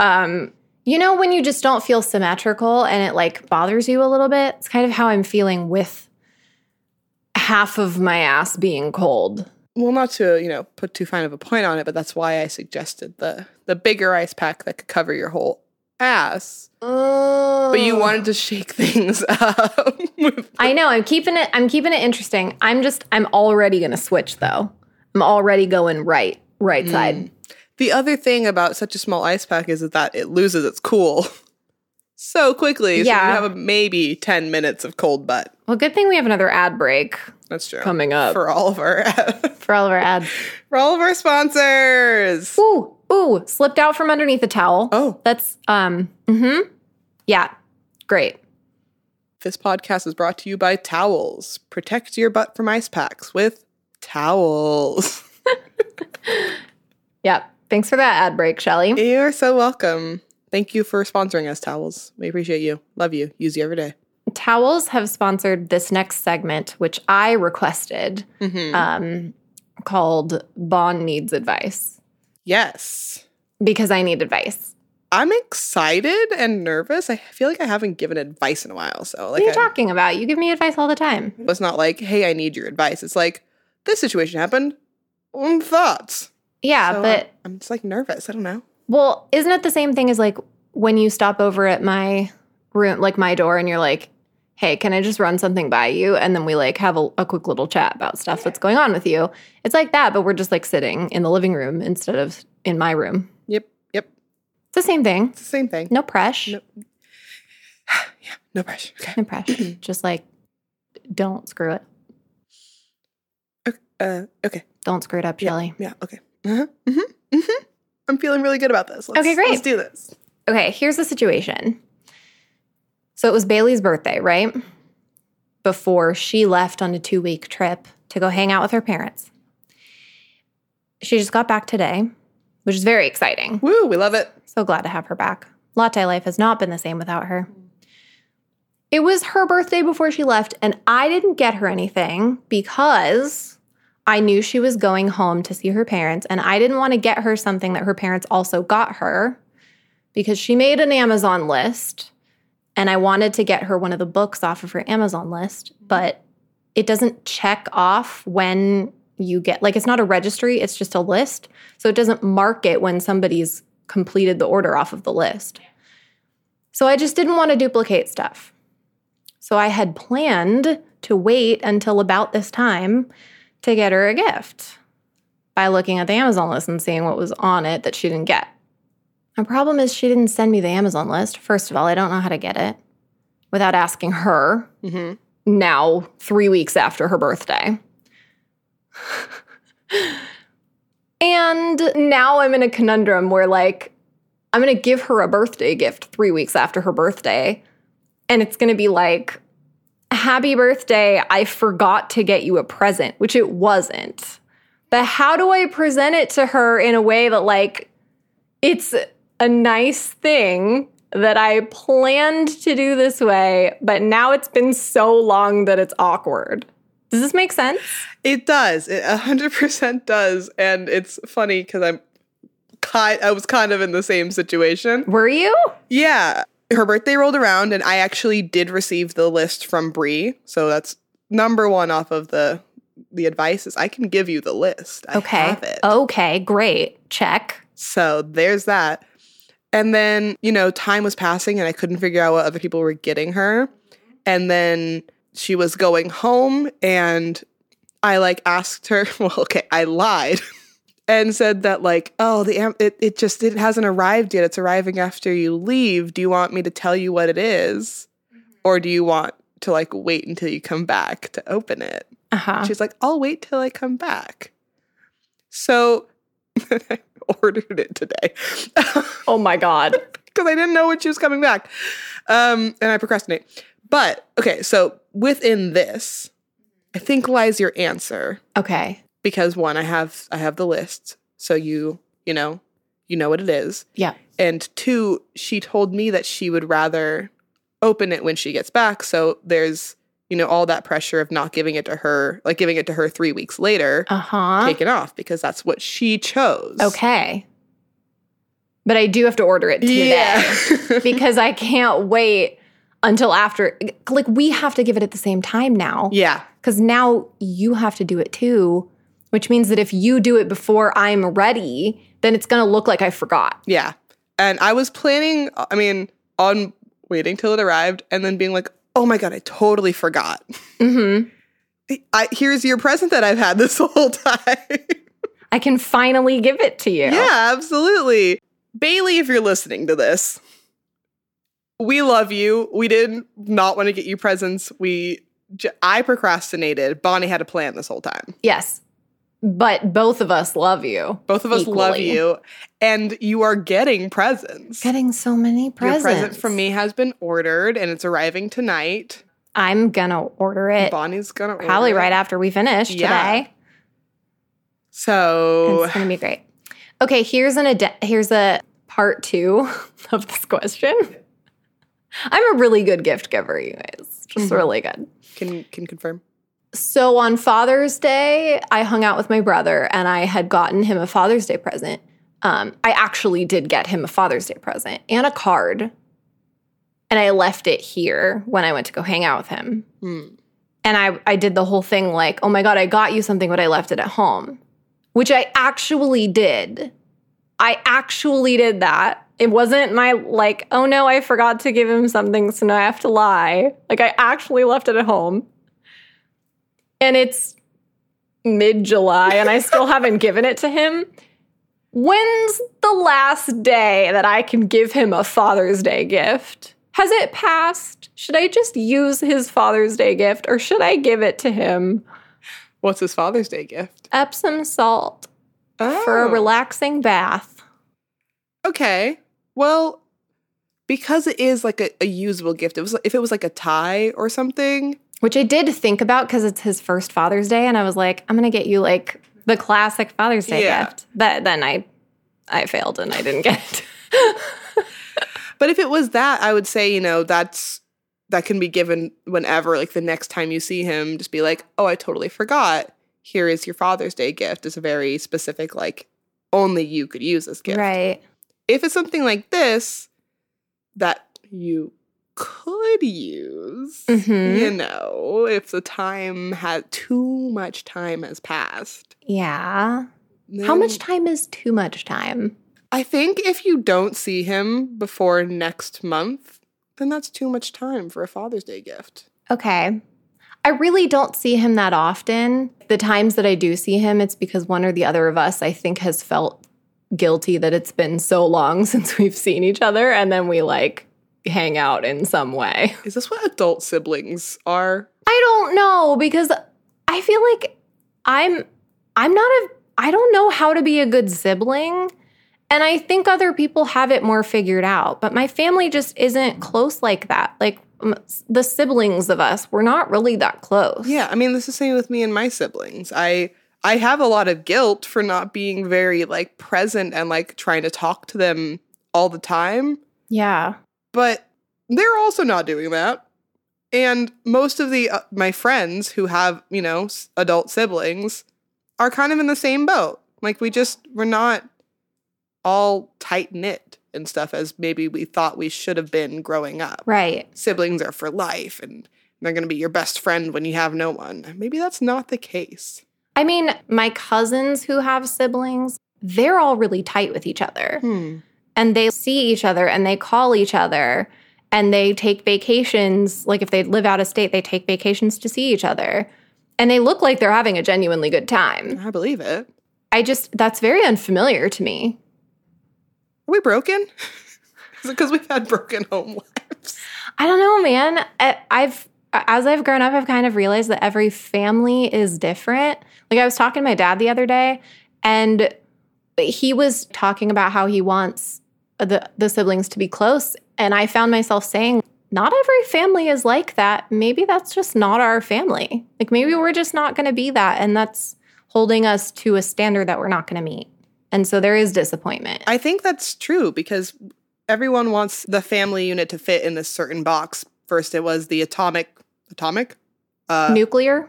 Um, you know, when you just don't feel symmetrical and it like bothers you a little bit, it's kind of how I'm feeling with half of my ass being cold.
Well, not to you know put too fine of a point on it, but that's why I suggested the the bigger ice pack that could cover your whole ass. But you wanted to shake [LAUGHS] things up. with-
I know. I'm keeping it. I'm keeping it interesting. I'm just. I'm already gonna switch though. I'm already going right, right side.
the other thing about such a small ice pack is that it loses its cool [LAUGHS] so quickly.
Yeah.
so you have a, maybe ten minutes of cold butt.
Well, good thing we have another ad break
That's true.
coming up for,
for all of our [LAUGHS]
all of our ads.
for all of our sponsors.
Ooh, ooh, slipped out from underneath the towel.
Oh.
That's um mm-hmm. Yeah. Great.
This podcast is brought to you by Towels. Protect your butt from ice packs with towels. [LAUGHS]
Yep. Thanks for that ad break, [LAUGHS] Shelly.
You're so welcome. Thank you for sponsoring us, Towels. We appreciate you. Love you. Use you every day.
Towels have sponsored this next segment, which I requested,
Mhm.
um, called Bond Needs Advice.
Yes.
Because I need advice.
I'm excited and nervous. I feel like I haven't given advice in a while. So,
What
like,
are
I
you talking about? You give me advice all the time.
was not like, hey, I need your advice. It's like, this situation happened. Mm, thoughts.
Yeah,
So
but
I'm, I'm just like nervous. I don't know.
Well, isn't it the same thing as like when you stop over at my room, like my door, and you're like, hey, can I just run something by you? And then we like have a, a quick little chat about stuff that's going on with you. It's like that, but we're just like sitting in the living room instead of in my room.
Yep. Yep.
It's the same thing.
It's the same thing.
No press.
No. No pressure. Okay.
No press. just like don't screw it.
Uh, okay.
Don't screw it up, Shelly.
Yeah. Okay. Uh-huh. Mm-hmm. Mm-hmm. I'm feeling really good about this. Let's,
Okay, great.
Let's do this.
Okay, here's the situation. So it was Bailey's birthday, right? Before she left on a two week trip to go hang out with her parents. She just got back today, which is very exciting.
Woo. We love it.
So glad to have her back. Latte life has not been the same without her. It was her birthday before she left, and I didn't get her anything because I knew she was going home to see her parents, and I didn't want to get her something that her parents also got her because she made an Amazon list, and I wanted to get her one of the books off of her Amazon list, but it doesn't check off when you get like it's not a registry, it's just a list. So it doesn't mark it when somebody's completed the order off of the list. So I just didn't want to duplicate stuff. So I had planned to wait until about this time to get her a gift by looking at the Amazon list and seeing what was on it that she didn't get. My problem is she didn't send me the Amazon list. First of all, I don't know how to get it without asking her
Mm-hmm.
now, three weeks after her birthday. and now I'm in a conundrum where, like, I'm going to give her a birthday gift three weeks after her birthday. And it's going to be like, Happy birthday. I forgot to get you a present, which it wasn't. But how do I present it to her in a way that, like, it's a nice thing that I planned to do this way, but now it's been so long that it's awkward. Does this make sense?
It does. It 100% does. And it's funny because I'm ki I was kind of in the same situation.
Were you?
Yeah. Her birthday rolled around and I actually did receive the list from Bree. So that's number one off of the the advice is I can give you the list. I
Okay.
have it.
Okay, great. Check.
So there's that. And then, you know, time was passing and I couldn't figure out what other people were getting her. And then she was going home and I like asked her, [LAUGHS] well, okay, I lied [LAUGHS] and said that like, oh, the am- it it just it hasn't arrived yet. It's arriving after you leave. Do you want me to tell you what it is? Or do you want to like wait until you come back to open it?
Uh huh.
She's like, I'll wait till I come back. So [LAUGHS] I ordered it today [LAUGHS] because
Oh my God.
I didn't know when she was coming back. Um, and I procrastinate. But okay, so within this, I think lies your answer
Okay.
because one, I have I have the list, so you you know you know what it is,
Yeah.
and two, she told me that she would rather open it when she gets back. So there's you know all that pressure of not giving it to her, like giving it to her three weeks later
Uh huh.
taken off because that's what she chose.
Okay. But I do have to order it today
Yeah.
[LAUGHS] because I can't wait until after. Like, we have to give it at the same time now.
[LAUGHS] yeah.
Because now you have to do it too, which means that if you do it before I'm ready, then it's going to look like I forgot.
Yeah. And I was planning, I mean, on waiting till it arrived and then being like, oh my God, I totally forgot.
Mm-hmm.
I, here's your present that I've had this [LAUGHS] whole time.
I can finally give it to you.
yeah, absolutely. Bailey, if you're listening to this, we love you. We did not want to get you presents. We, j- I procrastinated. Bonnie had a plan this whole time.
Yes. But both of us love you.
Both of us love
Equally.
you, and you are getting presents.
Getting so many presents.
Your present from me has been ordered and it's arriving tonight.
I'm gonna order it
Bonnie's gonna order
Eh, probably
it.
right after we finish
Yeah.
today.
So
It's gonna be great. Okay, here's an ad- here's a part two [LAUGHS] of this question. I'm a really good gift giver, you guys. Just really good.
can can confirm.
So on Father's Day, I hung out with my brother and I had gotten him a Father's Day present. Um, I actually did get him a Father's Day present and a card. And I left it here when I went to go hang out with him.
Hmm.
And I, I did the whole thing like, oh my God, I got you something, but I left it at home, which I actually did. I actually did that. It wasn't my like, oh no, I forgot to give him something, so now I have to lie. Like, I actually left it at home. And it's mid July, and I still haven't given it to him. When's the last day that I can give him a Father's Day gift? Has it passed? Should I just use his Father's Day gift or should I give it to him?
What's his Father's Day gift?
Epsom salt for a
Oh,
relaxing bath.
Okay. Well, because it is like a, a usable gift, it was if it was like a tie or something.
Which I did think about because it's his first Father's Day, and I was like, I'm gonna get you like the classic Father's Day
Yeah.
gift. But then I I failed and I didn't get it.
But if it was that, I would say, you know, that's that can be given whenever, like the next time you see him, just be like, oh, I totally forgot. Here is your Father's Day gift. It's a very specific, like, only you could use this gift.
Right.
If it's something like this that you could use,
Mhm.
you know, if the time had too much time has passed.
Yeah. How much
then
time is too much time?
I think if you don't see him before next month, then that's too much time for a Father's Day gift.
Okay. I really don't see him that often. The times that I do see him, it's because one or the other of us, I think, has felt guilty that it's been so long [LAUGHS] since we've seen each other. And then we like hang out in some way.
Is this what adult siblings are?
I don't know because I feel like I'm I'm not a I don't know how to be a good sibling and I think other people have it more figured out but my family just isn't close like that like um, s- the siblings of us we're not really that close.
Yeah, I mean, this is the same with me and my siblings. I I have a lot of guilt for not being very like present and like trying to talk to them all the time,
Yeah.
but they're also not doing that. And most of the uh, my friends who have, you know, s- adult siblings are kind of in the same boat. Like we just we're not all tight knit and stuff as maybe we thought we should have been growing up
Right.
siblings are for life and they're going to be your best friend when you have no one. Maybe that's not the case.
I mean, my cousins who have siblings, they're all really tight with each other.
Hmm.
and they see each other and they call each other and they take vacations like if they live out of state they take vacations to see each other and they look like they're having a genuinely good time
I believe it.
i just that's very unfamiliar to me
Are we broken? [LAUGHS] Is it because we've had broken home lives?
i don't know man I, i've as i've grown up i've kind of realized that every family is different like i was talking to my dad the other day and he was talking about how he wants the, the siblings to be close and i found myself saying not every family is like that maybe that's just not our family like maybe we're just not going to be that and that's holding us to a standard that we're not going to meet and so there is disappointment
I think that's true because everyone wants the family unit to fit in this certain box. First, it was the atomic, atomic, uh, [LAUGHS]
nuclear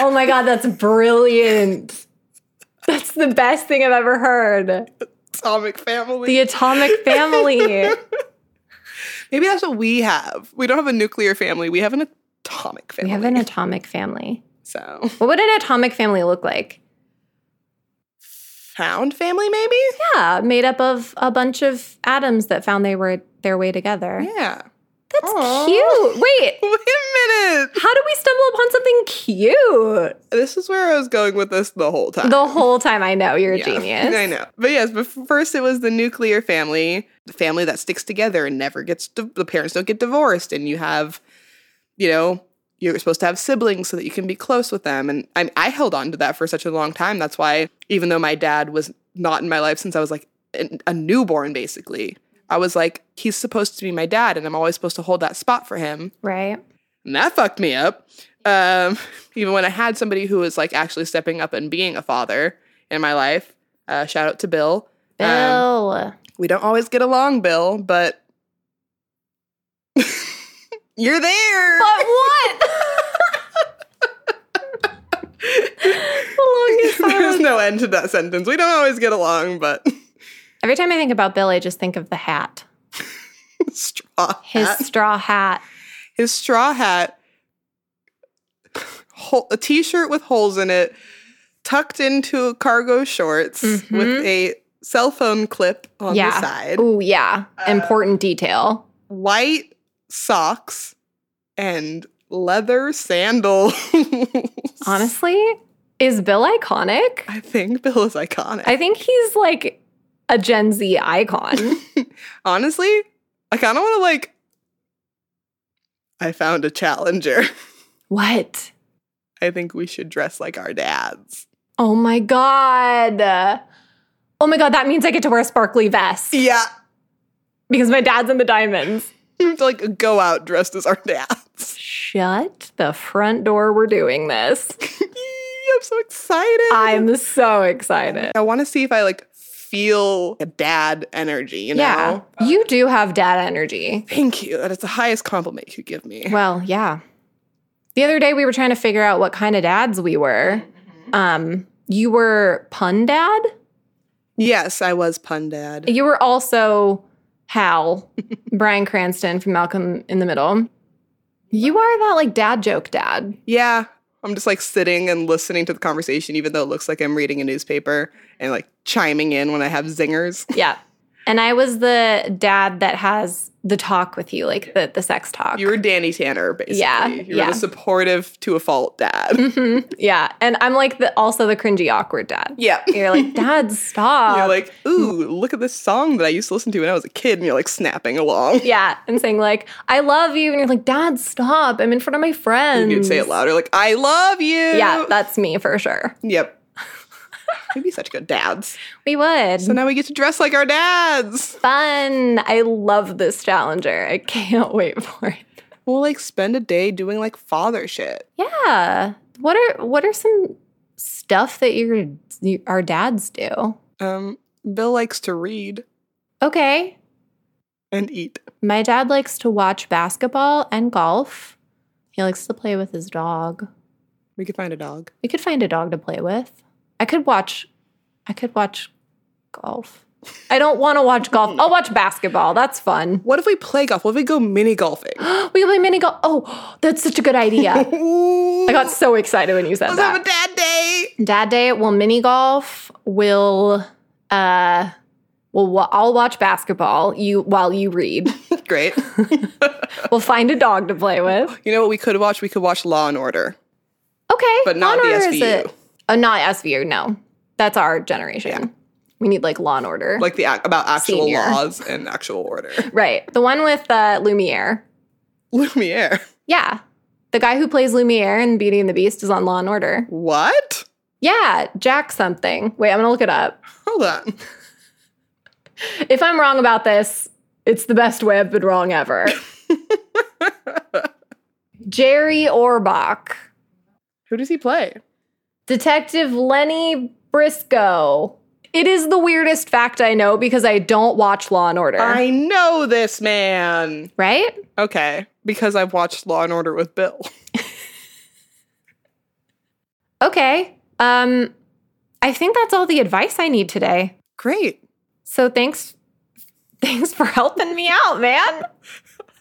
oh my god that's brilliant that's the best thing i've ever heard
atomic family.
the atomic
[LAUGHS]
family
Maybe that's what we have. We don't have a nuclear family. We have an atomic
we
family.
have an atomic family
so
what would an atomic family look like
found family, maybe.
Yeah, made up of a bunch of atoms that found they were their way together.
Yeah. [LAUGHS]
That's
Aw.
cute. Wait,
Wait a minute.
how did we stumble upon something cute?
This is where I was going with this the whole time.
The whole time I know you're a
Uh, Yeah, [LAUGHS]
genius.
I know. But yes, but first it was the nuclear family, the family that sticks together and never gets, di- the parents don't get divorced, and you have, you know, you're supposed to have siblings so that you can be close with them. And I, I held on to that for such a long time. That's why, even though my dad was not in my life since I was like an- a newborn, basically, I was like, he's supposed to be my dad, and I'm always supposed to hold that spot for him Um,
Right?
and that fucked me up. Um, [LAUGHS] even when I had somebody who was like actually stepping up and being a father in my life. Uh, shout out to Bill. Um,
Bill.
we don't always get along, Bill, but [LAUGHS] you're there.
but what? The longest
[LAUGHS] There's
silence.
no end to that sentence. We don't always get along, but [LAUGHS]
Every time I think about Bill, I just think of the hat.
straw
His
hat.
straw hat.
his straw hat, [SIGHS] hole, a t-shirt with holes in it, tucked into cargo shorts with a cell phone clip on
Mm-hmm. yeah.
the side,
Ooh, yeah. Important detail.
white socks, and leather sandals.
Honestly, is Bill iconic?
[LAUGHS] I think Bill is iconic.
I think he's like a Gen Z
[LAUGHS]
icon.
Honestly, I kind of want to like. I found a challenger. [LAUGHS]
what?
I think we should dress like our dads.
Oh my God. Oh my God, that means I get to wear a sparkly vest
Yeah. [LAUGHS]
because my dad's in the diamonds.
We have to like go out dressed as our dads. [LAUGHS]
Shut the front door. We're doing this.
I'm so excited.
I'm so excited.
I want to see if I like feel a dad energy, you know?
Yeah. You do have dad energy.
Thank you. That is the highest compliment you could give me.
Well, yeah. The other day we were trying to figure out what kind of dads we were.
Mm-hmm.
Um, you were pun dad?
Yes, I was pun dad.
You were also
[LAUGHS]
Hal, Brian Cranston from Malcolm in the Middle. You are that like dad joke dad.
Yeah. I'm just like sitting and listening to the conversation, even though it looks like I'm reading a newspaper and like chiming in when I have zingers.
Yeah. [LAUGHS] And I was the dad that has the talk with you, like the, the sex talk.
You were Danny Tanner, basically.
Yeah,
You were
yeah.
the supportive to a
[LAUGHS]
fault dad.
Mhm. Yeah. And I'm like the also the cringy, awkward dad.
yeah.
You're
[LAUGHS]
like, Dad, stop.
You're like, ooh, look at this song that I used to listen to when I was a kid, and you're like snapping along.
yeah. And saying, like, I love you. And you're like, Dad, stop. I'm in front of my friends.
You'd say it louder, like, I love you.
Yeah, that's me for sure.
Yep.
[LAUGHS]
We'd be such good dads.
We would.
So now we get to dress like our dads.
Fun. I love this challenger. I can't wait for it.
We'll like spend a day doing like father shit.
Yeah. What are what are some stuff that your, your our dads do?
Um, Bill likes to read
Okay.
and eat.
My dad likes to watch basketball and golf. He likes to play with his dog.
We could find a dog.
We could find a dog to play with. I could watch I could watch golf. I don't want to watch golf. I'll watch basketball. That's fun. [GASPS]
What if we play golf? What if we go mini [GASPS] golfing?
we can play mini golf. Oh, that's such a good idea.
Ooh,
I got so excited when you
[LAUGHS]
said
let's
that.
have a dad day.
Dad Day, we'll mini golf. We'll uh, we'll wa- I'll watch basketball. You while you read.
[LAUGHS] Great.
we'll find a dog to play with.
You know what we could watch? We could watch Law and Order.
Okay,
But not
Law and
the
Order is
SVU.
it- Oh, not SVU. No, that's our generation. We need like Law and Order.
like the ac- about actual
Senior.
laws and actual order. [LAUGHS]
right, the one with uh, Lumiere.
Lumiere.
Yeah, the guy who plays Lumiere in Beauty and the Beast is on Law and Order.
What?
Yeah, Jack something. Wait, I'm gonna look it up.
Hold on.
If I'm wrong about this, it's the best way I've been wrong ever. Jerry Orbach,
Who does he play?
Detective Lenny Briscoe. It is the weirdest fact I know because I don't watch Law and Order.
I know this man.
right?
Okay, because I've watched Law and Order with Bill. [LAUGHS]
Okay. Um I think that's all the advice I need today.
Great.
So thanks thanks for helping me out, man.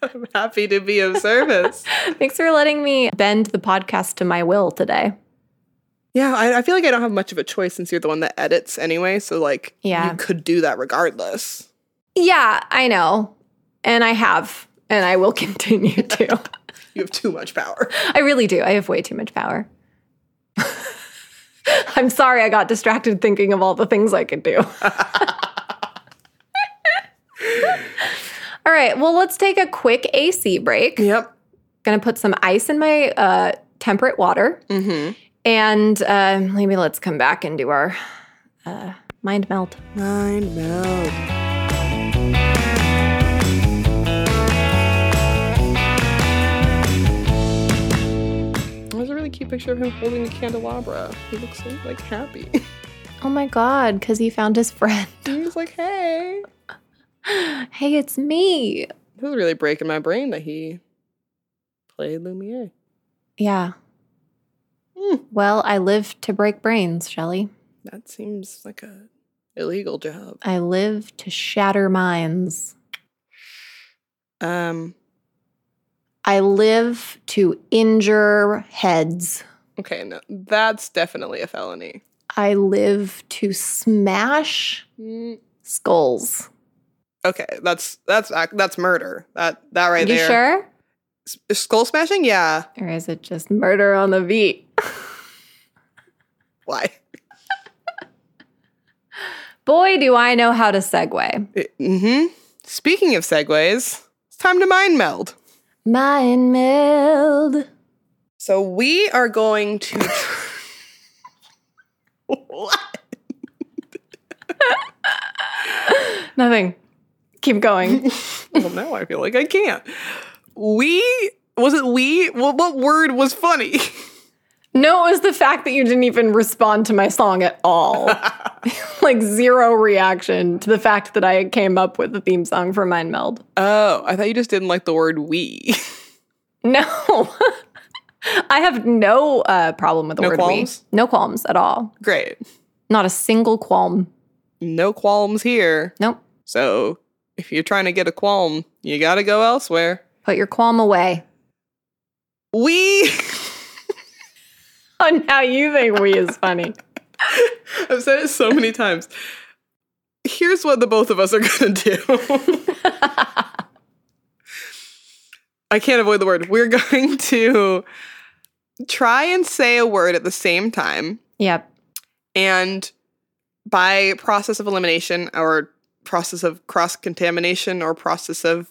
I'm happy to be of [LAUGHS] service.
thanks for letting me bend the podcast to my will today.
yeah, I, I feel like I don't have much of a choice since you're the one that edits anyway. So like,
Yeah.
you could do that regardless.
Yeah, I know. And I have, and I will [LAUGHS] continue to.
You have too much power.
[LAUGHS]
[LAUGHS]
I really do. I have way too much power. [LAUGHS] I'm sorry I got distracted thinking of all the things I could do. [LAUGHS] all right, well, let's take a quick AC break.
Yep.
Gonna put some ice in my uh, temperate water.
Mm-hmm.
And uh, maybe let's come back and do our uh, mind melt.
Mind meld. There's a really cute picture of him holding a candelabra. He looks so, like happy. [LAUGHS]
Oh my God, because he found his friend. [LAUGHS]
He's like, "Hey."
Hey, it's me.
This is really breaking my brain that he played Lumiere.
Yeah.
Mm.
Hmm. Well, I live to break brains, Shelley.
That seems like a illegal job.
I live to shatter minds.
Um.
I live to injure heads.
Okay, no, that's definitely a felony.
I live to smash
Mm,
skulls.
Okay, that's that's ac- that's murder. That that right
you
there.
sure?
S- skull smashing? Yeah.
Or is it just murder on the beat?
Why?
Boy, do I know how to segue.
Mm-hmm. Speaking of segues, it's time to mind meld.
Mind meld.
So we are going to. [LAUGHS] what?
Nothing. Keep going. [LAUGHS]
Well, now I feel like I can't. We was it we? Well, what word was funny? [LAUGHS]
no, it was the fact that you didn't even respond to my song at all. [LAUGHS] like zero reaction to the fact that I came up with the theme song for Mind Meld.
Oh, I thought you just didn't like the word we. [LAUGHS]
No. [LAUGHS] I have no uh, problem with the
No
word
qualms?
we. No qualms at all.
Great.
Not a single qualm.
No qualms here.
Nope.
So if you're trying to get a qualm, you gotta go elsewhere.
Put your qualm away.
We.
[LAUGHS] Oh, now you think we is funny.
I've said it so many times. Here's what the both of us are gonna do. I can't avoid the word. We're going to try and say a word at the same time.
yep.
And by process of elimination or process of cross contamination or process of,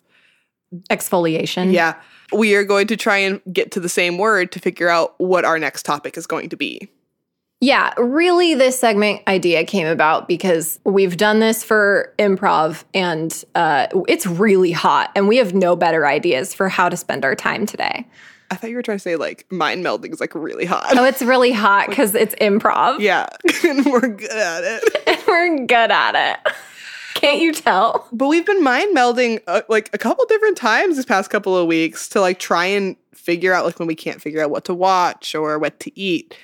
Exfoliation.
yeah, we are going to try and get to the same word to figure out what our next topic is going to be.
Yeah, really, this segment idea came about because we've done this for improv and uh, it's really hot, and we have no better ideas for how to spend our time today.
I thought you were trying to say like mind melding is like really hot.
Oh, it's really hot because it's improv.
Yeah, [LAUGHS] and we're good at it.
And [LAUGHS] we're good at it. Can't you tell?
But we've been mind melding uh, like a couple different times these past couple of weeks to like try and figure out like when we can't figure out what to watch or what to eat.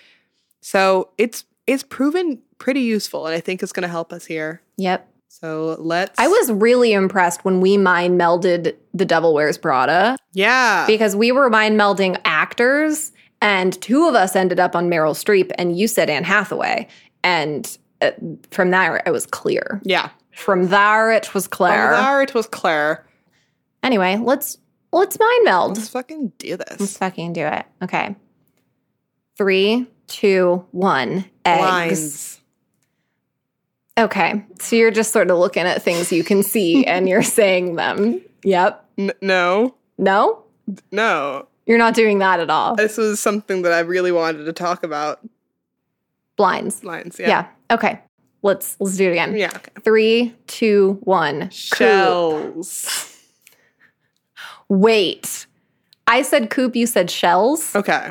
So it's it's proven pretty useful, and I think it's going to help us here.
Yep.
So let's.
I was really impressed when we mind melded The Devil Wears Prada
yeah.
because we were mind melding actors, and two of us ended up on Meryl Streep, and you said Anne Hathaway. And uh, from there, it was clear.
yeah.
From there, it was clear.
Although it was Claire.
Anyway, let's let's mind meld.
Let's fucking do
Let's
this.
fucking do it. Okay. Three, two, one. Eggs.
Lines.
Okay. So you're just sort of looking at things you can see
[LAUGHS]
and you're saying them. Yep.
N- no,
No?
no.
You're not doing that at all.
This was something that I really wanted to talk about.
Blinds.
Lines. Yeah.
Yeah. Okay. Let's let's do it again.
Yeah. okay.
Three, two, one. Coop.
Shells.
Wait. I said coop, you said shells.
Okay.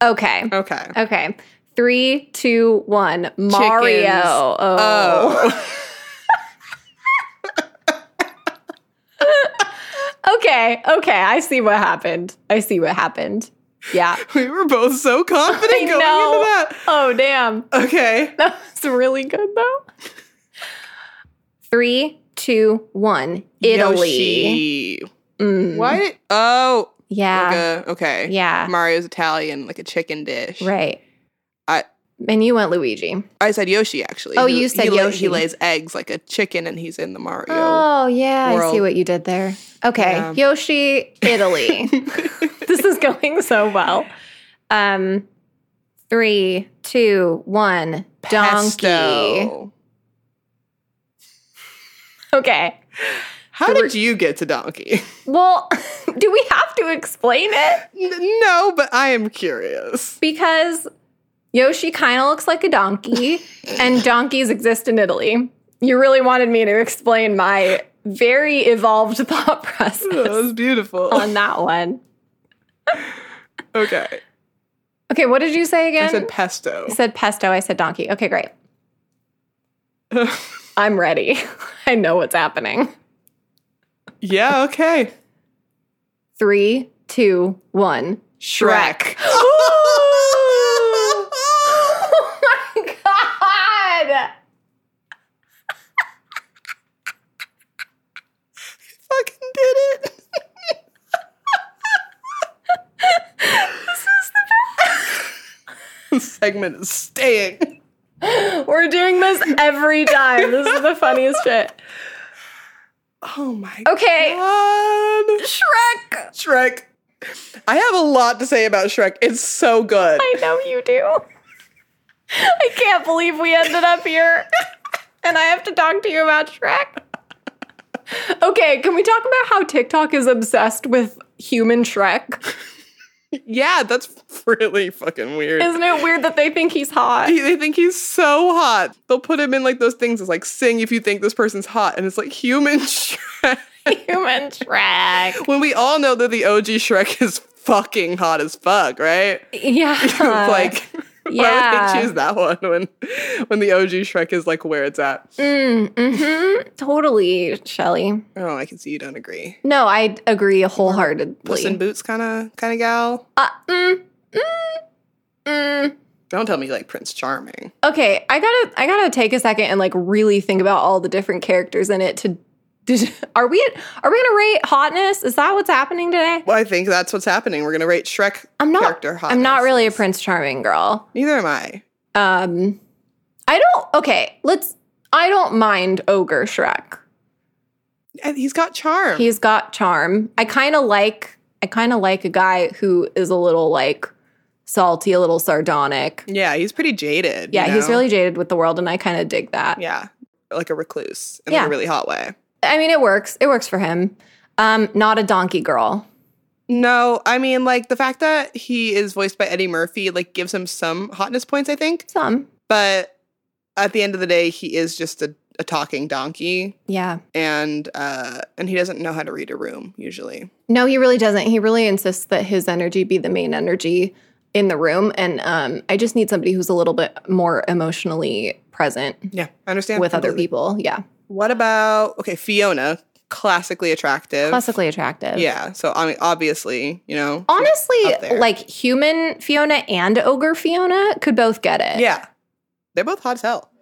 Okay.
Okay.
Okay. Three, two, one. Mario.
Chickens. Oh. [LAUGHS]
Okay, okay, I see what happened. I see what happened.
[LAUGHS]
Yeah.
we were both so confident
I
going
know.
into that.
Oh, damn.
Okay.
That was really good, though. Three, two, one. Italy.
Yoshi.
Mm.
What? Oh.
Yeah.
Okay. okay.
Yeah.
Mario's Italian, like a chicken dish.
Right.
I-
and you went Luigi.
I said Yoshi actually.
Oh,
He-
you said
he la-
Yoshi.
he lays eggs like a chicken, and he's in the Mario. [LAUGHS]
Oh, yeah. I see
World.
what you did there. Okay.
Yeah.
Yoshi,
[LAUGHS]
Italy. this is going so well. Um, three, two, one. Donkey.
Pesto.
Okay.
How did you get to donkey? [LAUGHS]
Well, [LAUGHS] do we have to explain it?
N- no, but I am curious. [LAUGHS]
Because Yoshi kind of looks like a donkey,
[LAUGHS]
and donkeys exist in Italy. You really wanted me to explain my very evolved thought [LAUGHS]
That
process
[LAUGHS] was beautiful.
on that one.
Okay.
Okay, what did you say again?
I said pesto.
I said pesto. I said donkey. Okay, great. I'm ready. [LAUGHS] I know what's happening.
[LAUGHS] yeah, okay.
Three, two, one.
Shrek.
Oh my god!
[LAUGHS] Fucking did it. this segment is staying.
We're doing this every time. This is the funniest shit.
Oh my
Okay.
god.
Shrek!
Shrek. I have a lot to say about Shrek. It's so good.
I know you do. I can't believe we ended up here. And I have to talk to you about Shrek. Okay, can we talk about how TikTok is obsessed with human Shrek?
Yeah, that's really fucking weird.
Isn't it weird that they think he's [LAUGHS] hot?
He- they think he's so hot. They'll put him in like those things. It's like sing if you think this person's hot, and it's like human [LAUGHS] Shrek.
Human [LAUGHS] Shrek.
when we all know that the OG Shrek is fucking hot as fuck, right? [LAUGHS]
Yeah.
It's like why would
yeah.
they choose that one when when the OG Shrek is like where it's at?
mm-hmm. Totally, Shelly.
Oh, I can see you don't agree.
No, I agree wholeheartedly.
Puss in Boots kind of kind of gal.
Uh, mm, mm, mm.
Don't tell me you like Prince Charming.
Okay, I gotta, I gotta take a second and like really think about all the different characters in it. To, [LAUGHS] did, are we, are we gonna rate hotness? Is that what's happening today?
Well, I think that's what's happening. We're gonna rate Shrek
I'm not.
character hot.
I'm not really a Prince Charming girl.
Neither am I.
Um, I don't. Okay, let's. I don't mind ogre Shrek.
And Eh, He's got charm.
He's got charm. I kind of like. I kind of like a guy who is a little like salty, a little sardonic.
yeah, he's pretty jaded. you
Yeah, he's
know?
really jaded with the world, and I kind of dig that.
Yeah. Like a recluse in
Yeah.
like a really hot way.
I mean, it works. It works for him. Um, not a donkey girl.
No, I mean like the fact that he is voiced by Eddie Murphy like gives him some hotness points, I think.
Some.
But at the end of the day, he is just a, a talking donkey,
Yeah.
and uh, and he doesn't know how to read a room usually.
No, he really doesn't. He really insists that his energy be the main energy in the room. And um, I just need somebody who's a little bit more emotionally present
Yeah, I understand.
with other
completely.
people. Yeah.
What about okay, Fiona? Classically attractive.
Classically attractive.
Yeah, so I mean, obviously, you know.
Honestly,
Up there.
like human Fiona and ogre Fiona could both get it.
Yeah. They're both hot as hell.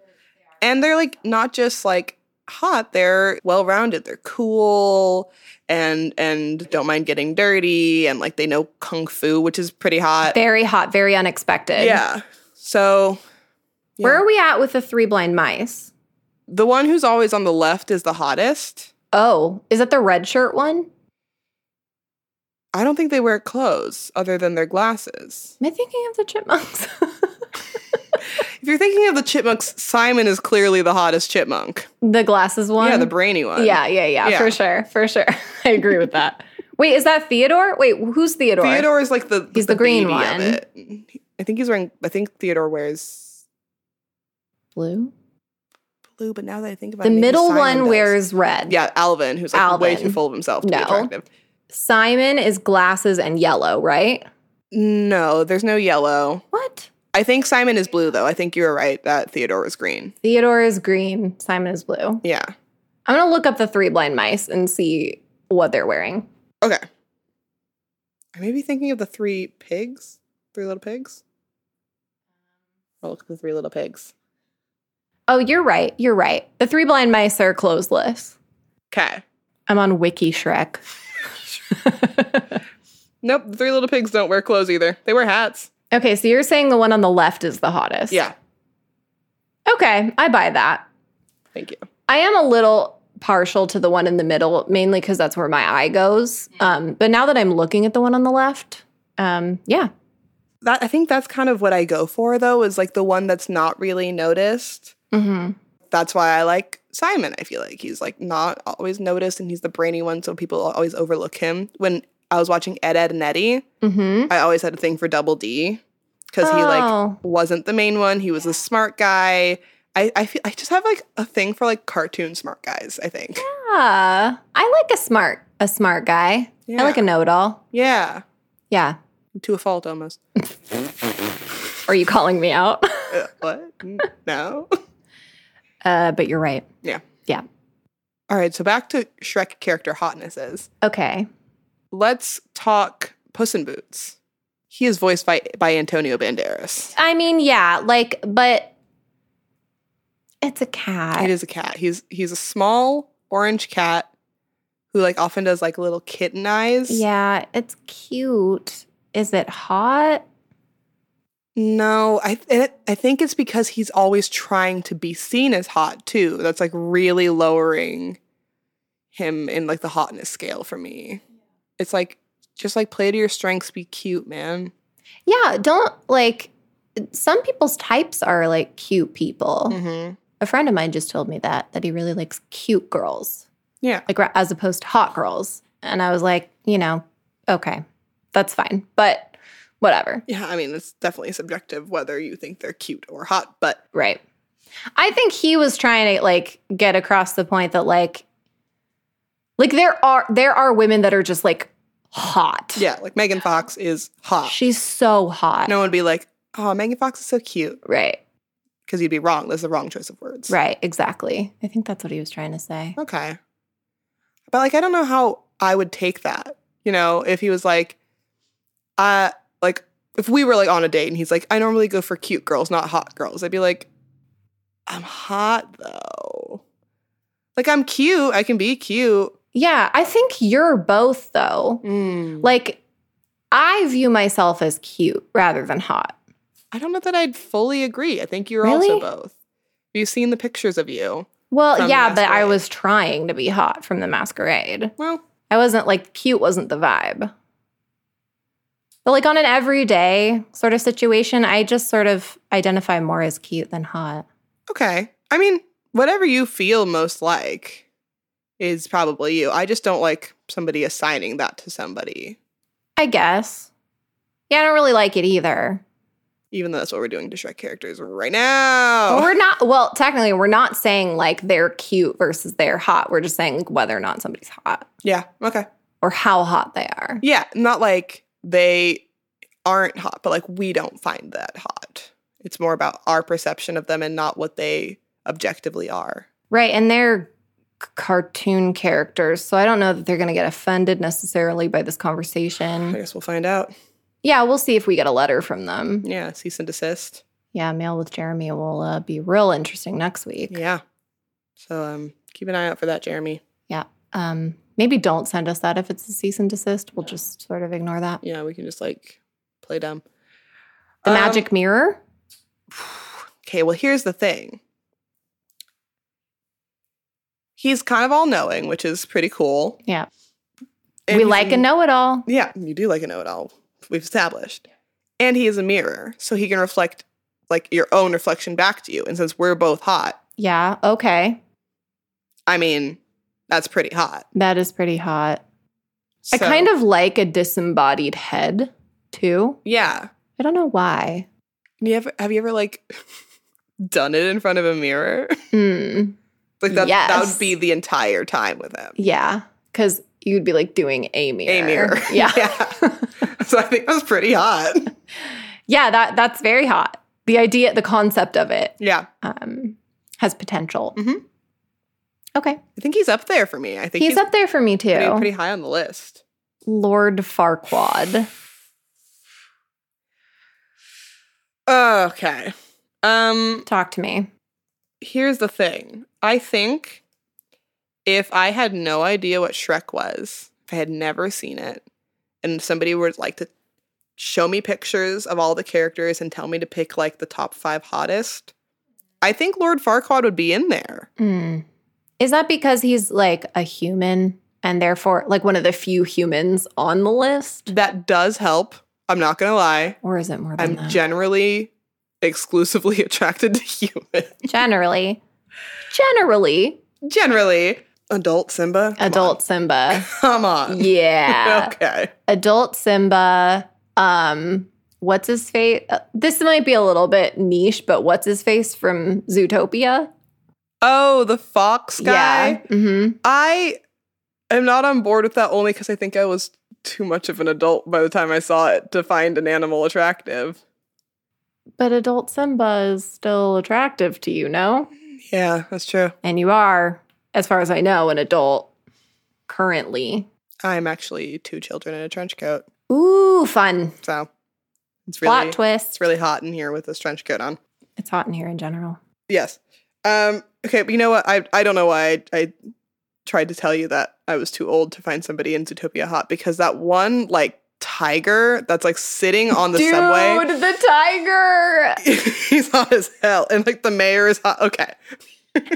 And they're like not just like hot, they're well rounded. They're cool and and don't mind getting dirty and like they know kung fu, which is pretty hot.
Very hot, very unexpected.
Yeah. So yeah.
Where are we at with the three blind mice?
the one who's always on the left is the hottest.
Oh, is that the red shirt one?
I don't think they wear clothes other than their glasses.
Am I thinking of the chipmunks? [LAUGHS]
If you're thinking of the chipmunks, Simon is clearly the hottest chipmunk.
the glasses one?
Yeah, the brainy one.
Yeah, yeah, yeah,
Yeah.
for sure, for sure. [LAUGHS] I agree with that. Wait, is that Theodore? Wait, who's Theodore?
Theodore is like the
He's the green
baby of
one.
it. I think he's wearing. I think Theodore wears
Blue.
blue, but now that I think about
The
it, maybe
middle
Simon
one
does.
wears red.
Yeah, Alvin, who's like way
Alvin.
too full of himself to
No.
be attractive.
Simon is glasses and yellow, right?
No, there's no yellow.
What?
I think Simon is blue though. I think you were right that Theodore is green.
Theodore is green. Simon is blue.
Yeah.
I'm gonna look up the three blind mice and see what they're wearing.
Okay. I may be thinking of the three pigs, three little pigs. I'll look at the three little pigs.
Oh, you're right. You're right. The three blind mice are clothesless.
Okay.
I'm on Wiki
[LAUGHS]
Shrek. [LAUGHS]
Nope, the three little pigs don't wear clothes either. They wear hats.
okay, so you're saying the one on the left is the hottest.
Yeah.
Okay, I buy that.
Thank you.
I am a little partial to the one in the middle, mainly because that's where my eye goes. Um, but now that I'm looking at the one on the left, um, yeah,
that I think that's kind of what I go for though is like the one that's not really noticed.
mm-hmm.
That's why I like Simon. I feel like he's like not always noticed and he's the brainy one so people always overlook him. When I was watching Ed Ed and Eddie,
Mm-hmm. Oh.
I always had a thing for Double D cuz he like wasn't the main one, he was the smart guy. I I feel I just have like a thing for like cartoon smart guys, I think.
yeah. I like a smart, a smart guy.
Yeah.
I like a know-it-all.
Yeah.
Yeah.
To a fault almost.
Are you calling me out? [LAUGHS]
Uh, what? No.
uh, but you're right.
All right, so back to Shrek character hotnesses.
Okay.
let's talk Puss in Boots. He is voiced by by Antonio Banderas.
I mean, yeah, like, but it's a cat.
It is a cat. He's he's a small orange cat who like often does like little kitten eyes.
yeah, it's cute. Is it hot?
No, I it, I think it's because he's always trying to be seen as hot too. That's like really lowering him in like the hotness scale for me. It's like just like play to your strengths, be cute, man.
Yeah, don't like some people's types are like cute people.
Mm-hmm.
A friend of mine just told me that that he really likes cute girls,
Yeah.
like ra- as opposed to hot girls. And I was like, you know, okay. That's fine. But whatever.
Yeah, I mean, it's definitely subjective whether you think they're cute or hot, but
Right. I think he was trying to like get across the point that like like there are there are women that are just like hot.
Yeah, like Megan Fox is hot.
She's so hot.
no one would be like, oh, Megan Fox is so cute.
Right.
Because you'd be wrong. That's the wrong choice of words.
Right, exactly. I think that's what he was trying to say.
Okay. But like, I don't know how I would take that. You know, if he was like, uh, like, if we were like on a date and he's like, I normally go for cute girls, not hot girls, I'd be like, I'm hot though. Like, I'm cute. I can be cute.
Yeah, I think you're both though.
Mm.
Like, I view myself as cute rather than hot.
I don't know that I'd fully agree. I think you're
Really?
also both. You've seen the pictures of you.
Well,
From
yeah, but I
Masquerade.
was trying to be hot from the masquerade.
Well,
I wasn't like cute, wasn't the vibe. But like on an everyday sort of situation, I just sort of identify more as cute than hot.
Okay. I mean, whatever you feel most like is probably you. I just don't like somebody assigning that to somebody.
I guess. Yeah, I don't really like it either.
Even though that's what we're doing to Shrek characters right now.
But We're not, well, technically, we're not saying like they're cute versus they're hot. We're just saying like, whether or not somebody's hot
yeah. Okay.
or how hot they are.
Yeah. Not like they aren't hot, but like we don't find that hot. It's more about our perception of them and not what they objectively are.
Right. And they're c- cartoon characters. So I don't know that they're going to get offended necessarily by this
I
conversation.
[LAUGHS] guess we'll find out.
Yeah, we'll see if we get a letter from them.
Yeah. Cease and desist.
Yeah, Mail with Jeremy will uh, be real interesting next week.
Yeah. So um, keep an eye out for that, Jeremy.
Um, maybe don't send us that if it's a cease and desist. We'll just sort of ignore that.
Yeah, we can just like play dumb.
The
Um,
magic mirror.
[SIGHS] Okay, well, here's the thing. He's kind of all knowing, which is pretty cool.
Yeah.
And
we
he's
like
a
a know it all.
Yeah, you do like a know it all. We've established. And he is a mirror, so he can reflect like your own reflection back to you. And since we're both hot,
Yeah. Okay.
I mean, that's pretty hot.
That is pretty hot. I kind of like a disembodied head too.
yeah.
I don't know why.
You ever, have you ever like [LAUGHS] done it in front of a mirror? [LAUGHS]
Hmm.
Like that, that
Yes.
would be the entire time with him.
Yeah. Because you'd be like doing a mirror.
A mirror.
[LAUGHS] Yeah.
[LAUGHS] yeah. so I think that was pretty hot.
yeah. That that's very hot. The idea, the concept of it,
Yeah.
um, has potential.
Mhm.
Okay.
I think he's up there for me. I think
He's,
he's,
up there for me too.
pretty, pretty high on the list.
Lord Farquaad.
Okay. Um,
Talk to me.
here's the thing. I think if I had no idea what Shrek was, if I had never seen it, and somebody were like to show me pictures of all the characters and tell me to pick like the top five hottest, I think Lord Farquaad would be in there.
Hmm. Is that because he's like a human and therefore like one of the few humans on the list?
That does help. I'm not gonna lie.
Or is it more than
I'm
that?
generally exclusively [LAUGHS] attracted to humans.
generally, generally,
Generally, adult Simba. Come
adult
[LAUGHS]
Simba.
on. Come on.
Yeah.
[LAUGHS] Okay.
Adult Simba. Um, what's his face? uh, this might be a little bit niche, but what's his face from Zootopia?
Oh, the fox guy.
Yeah. Mm-hmm.
I am not on board with that only because I think I was too much of an adult by the time I saw it to find an animal attractive.
But adult Simba is still attractive to you, no?
Yeah, that's true.
And you are, as far as I know, an adult currently.
I'm actually two children in a trench coat,
Ooh, fun.
so it's
Plot
really
twist.
it's really hot in here with this trench coat on.
It's hot in here in general.
Yes. Um, okay, but you know what? I I don't know why I, I tried to tell you that I was too old to find somebody in Zootopia hot because that one like tiger that's like sitting on the
Dude,
subway,
the tiger.
[LAUGHS] he's hot as hell, and like the mayor is hot. Okay,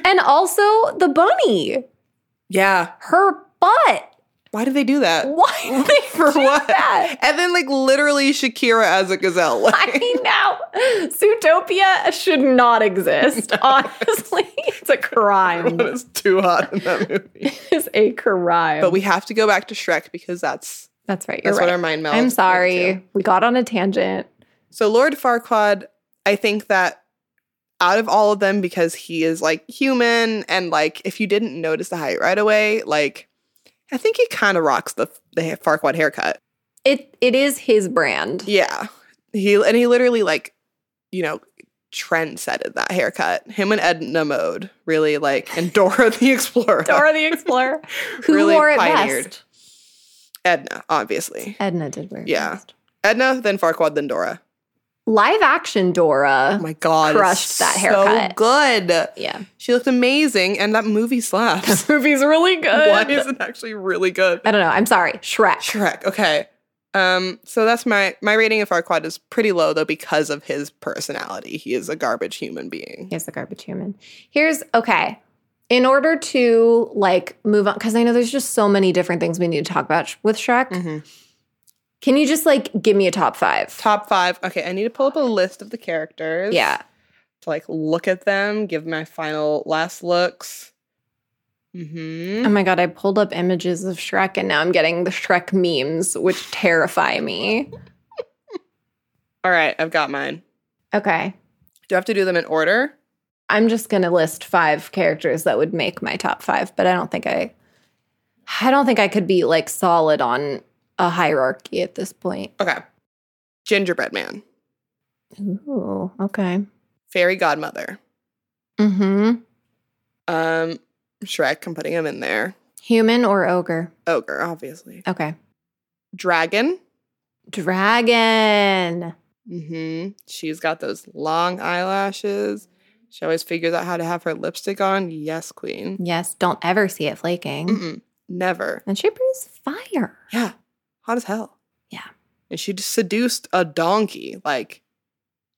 and also the bunny.
yeah.
Her butt. [LAUGHS]
Why do they do [LAUGHS] that?
Why did they
For
do
what?
that?
And then like literally Shakira as a gazelle. [LAUGHS] Like,
I know. Zootopia should not
[LAUGHS]
exist. Honestly, it's a crime.
it's too hot in
[LAUGHS]
that movie.
It's a crime.
but we have to go back to Shrek because that's
That's right. You're
that's what our
right.
mind melds.
I'm
into.
sorry. We got on a tangent.
So Lord Farquaad, I think that out of all of them, because he is like human and like if you didn't notice the height right away, like I think he kind of rocks the the ha- Farquaad haircut.
It it is his brand.
Yeah, he and he literally like you know trendsetted that haircut. Him and Edna Mode really like and Dora the
[LAUGHS]
Explorer.
[LAUGHS] Dora the
[LAUGHS]
Explorer. Who
Really
wore it
pioneered.
best?
Edna, obviously.
Edna did wear it
Yeah.
best.
Edna, then Farquaad, then Dora.
Live action Dora.
Oh my god, it's
Uh, Crushed that haircut.
So good.
yeah. [LAUGHS]
She looked amazing, and that movie slaps.
This movie's really good.
[LAUGHS] Why is it actually really good?
I don't know. I'm sorry. Shrek.
Um, [LAUGHS] Shrek. Okay. Um, so that's my my rating of Farquaad is pretty low though because of his personality. He is a garbage human being.
Here's the garbage human. Here's okay. In order to like move on, because I know there's just so many different things we need to talk about sh- with Shrek.
Mm-hmm.
Can you just like give me a top five?
Top five. Okay, I need to pull up a list of the characters.
yeah.
To like look at them, give my final last looks. Mm-hmm.
Oh my god, I pulled up images of Shrek and now I'm getting the Shrek memes, which terrify me.
All right, I've got mine.
Okay.
Do I have to do them in order?
I'm just going to list 5 characters that would make my top 5, but I don't think I I don't think I could be like solid on a hierarchy at this point.
Okay. Gingerbread Man,
Ooh, okay.
Fairy Godmother,
Mhm.
um, Shrek. I'm putting him in there.
Human or ogre?
Ogre, obviously.
Okay.
Dragon.
Dragon.
Mm-hmm. She's got those long eyelashes. She always figures out how to have her lipstick on. Yes, queen.
Yes, don't ever see it flaking.
Mm-mm. Never.
And she breathes fire.
Yeah. Hot as hell.
Yeah.
And she just seduced a donkey. Like,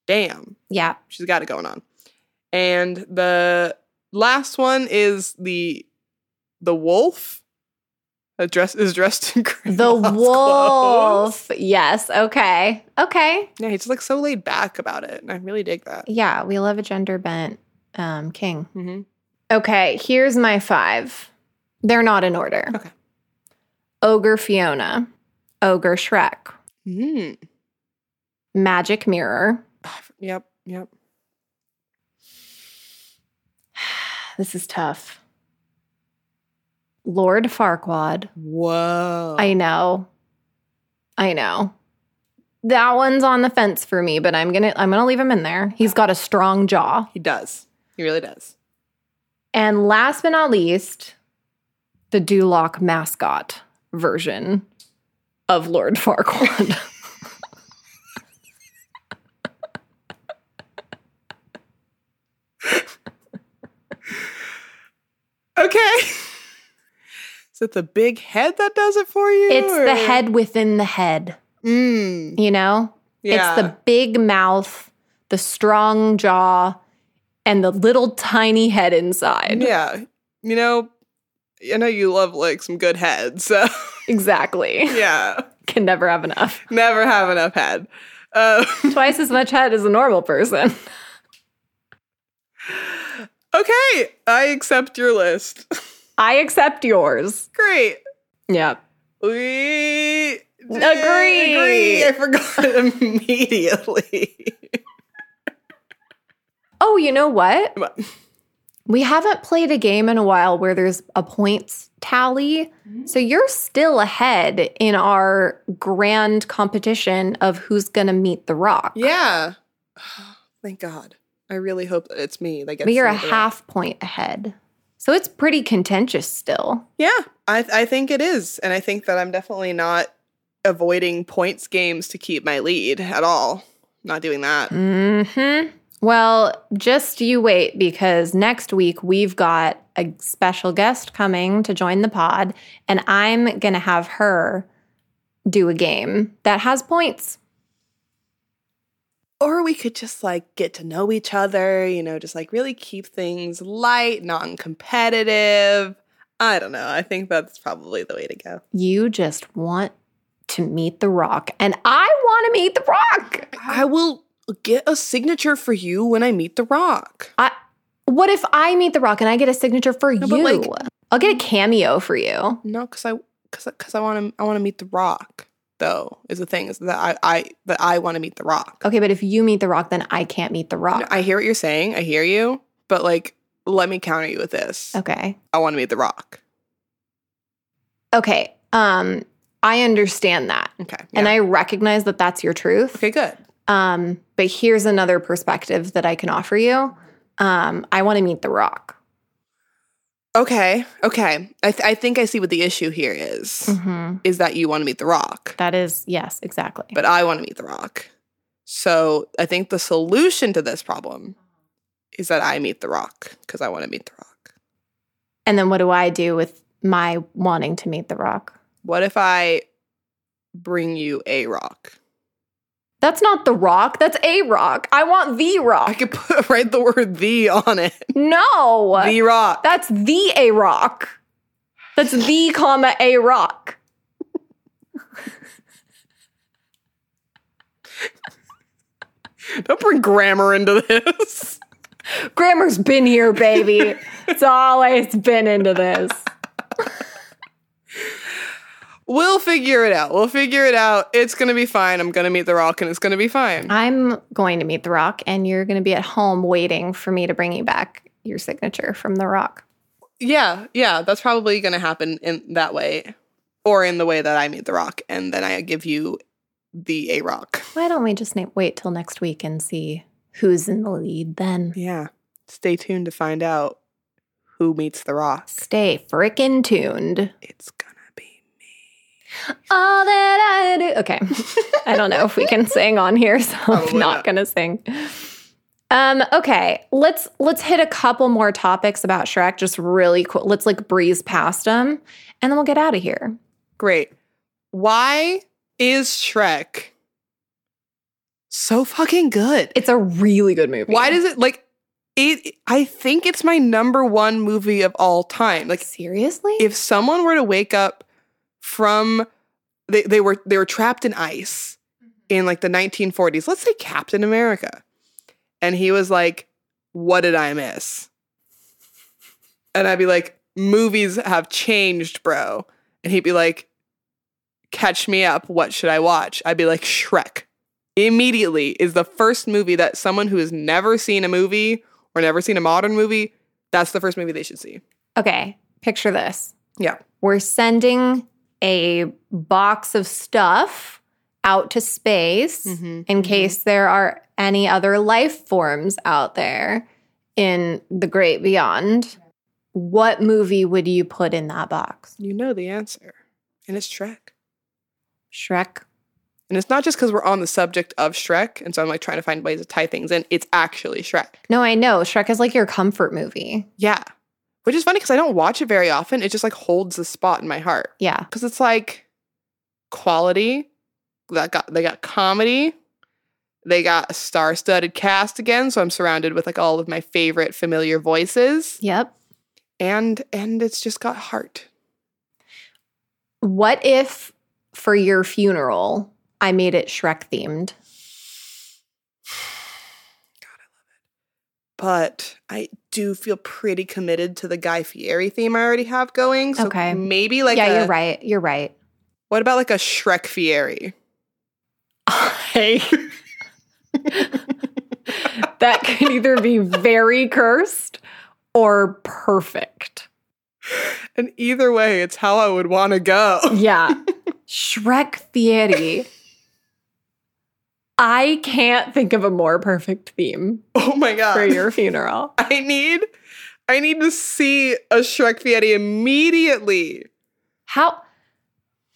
damn.
Yeah.
She's got it going on. And the last one is the the wolf. That dress is dressed
[LAUGHS]
in [LAUGHS] grandma's
The
clothes.
wolf. Yes. Okay. Okay.
Yeah, he's like so laid back about it, and I really dig that.
Yeah, we love a gender bent um, king.
Mm-hmm.
Okay, here's my five. They're not in order.
Okay.
Ogre Fiona, Ogre Shrek, Mm-hmm.
Mm.
Magic Mirror.
Yep. Yep.
This is tough. Lord Farquaad.
Whoa.
I know. I know. That one's on the fence for me, but I'm gonna I'm gonna leave him in there. He's got a strong jaw.
He does. He really does.
And last but not least, the Duloc mascot version of Lord Farquaad.
[LAUGHS]
[LAUGHS]
Okay. Is it the big head that does it for you?
it's the
or-
head within the head,
Mm.
you know?
Yeah.
It's the big mouth, the strong jaw, and the little tiny head inside.
Yeah. You know, I know you love like some good head, so [LAUGHS]
Exactly.
yeah.
Can never have enough.
Never have enough head. Uh,
Twice as much head as a normal person.
[LAUGHS] okay, I accept your list. [LAUGHS]
I accept yours.
Great.
Yeah.
We did
Agree.
agree. I forgot [LAUGHS] immediately.
Oh, you know what?
What?
We haven't played a game in a while where there's a points tally. So you're still ahead in our grand competition of who's going to meet the rock.
yeah. [SIGHS] Thank God. I really hope that it's me that gets.
but you're a
to interrupt.
half point ahead. So it's pretty contentious still.
Yeah, I I think it is, and I think that I'm definitely not avoiding points games to keep my lead at all. Not doing that.
Mhm. Well, just you wait because next week we've got a special guest coming to join the pod and I'm going to have her do a game that has points.
Or we could just like get to know each other, you know, just like really keep things light, non-competitive. I don't know. I think that's probably the way to go.
You just want to meet The Rock, and I want to meet The Rock.
I will get a signature for you when I meet The Rock.
I, what if I meet The Rock and I get a signature for
No,
you?
but, like-
I'll get a cameo for you.
No, because I because because I want to I want to meet The Rock though is the thing is that I I that I want to meet The Rock.
Okay, but if you meet The Rock, then I can't meet The
No,
Rock.
I hear what you're saying. I hear you, but like, let me counter you with this.
okay.
I want to meet The Rock.
Okay. Um, I understand that.
Okay.
And
yeah.
I recognize that that's your truth.
okay, good.
Um, but here's another perspective that I can offer you. Um, I want to meet The Rock.
Okay, okay. I th- I think I see what the issue here is.
Mm-hmm.
Is that you want to meet The Rock,
That is, yes, exactly.
but I want to meet The Rock. So I think the solution to this problem is that I meet The Rock because I want to meet The Rock.
And then what do I do with my wanting to meet The Rock?
What if I bring you a rock?
That's not The Rock. That's a Rock. I want The
I
Rock.
[LAUGHS] could put write the word "the" on it.
No,
The rock.
that's the a Rock. That's the comma a Rock.
Don't bring grammar into this.
Grammar's been here, baby. it's always been into this.
[LAUGHS] We'll figure it out. We'll figure it out. It's going to be fine. I'm going to meet The Rock and it's going to be fine.
I'm going to meet The Rock, and you're going to be at home waiting for me to bring you back your signature from The Rock.
Yeah, yeah, that's probably going to happen in that way or in the way that I meet The Rock and then I give you the A Rock.
Why don't we just na- wait till next week and see who's in the lead then?
Yeah. Stay tuned to find out who meets The Rock.
Stay frickin' tuned.
It's going to be
All that I do. Okay. [LAUGHS] I don't know if we can sing on here, so I'm
Probably
not
not.
gonna sing. Um, okay. Let's let's hit a couple more topics about Shrek just really quick. Let's like breeze past them and then we'll get out of here.
great. Why is Shrek so fucking good?
It's a really good movie.
Why does it like it? I think it's my number one movie of all time. Like,
seriously?
if someone were to wake up from they, they were they were trapped in ice in like the 1940s let's say captain america and he was like what did i miss and i'd be like movies have changed bro and he'd be like catch me up what should i watch i'd be like shrek immediately is the first movie that someone who has never seen a movie or never seen a modern movie that's the first movie they should see
Okay, picture this.
Yeah.
We're sending a box of stuff out to space
Mhm,
in
mhm.
case there are any other life forms out there in the great beyond. What movie would you put in that box?
You know the answer. And it's Shrek.
Shrek?
And it's not just because we're on the subject of Shrek. And so I'm like trying to find ways to tie things in. It's actually Shrek.
No, I know. Shrek is like your comfort movie.
Yeah. Which is funny because I don't watch it very often. It just like holds a spot in my heart.
Yeah.
Because it's like quality. That got they got comedy. They got a star-studded cast again. So I'm surrounded with like all of my favorite familiar voices.
Yep.
And and it's just got heart.
What if for your funeral, I made it Shrek themed?
but I do feel pretty committed to the Guy Fieri theme I already have going. So
Okay.
maybe like
yeah,
a-
you're right. You're right.
What about like a Shrek Fieri?
Hey. [LAUGHS] that could either be very cursed or perfect.
And either way, it's how I would want to go. [LAUGHS]
Yeah. Shrek Fieri. I can't think of a more perfect theme
Oh my god!
for your funeral.
[LAUGHS] I need, I need to see a Shrek Fieri immediately.
How?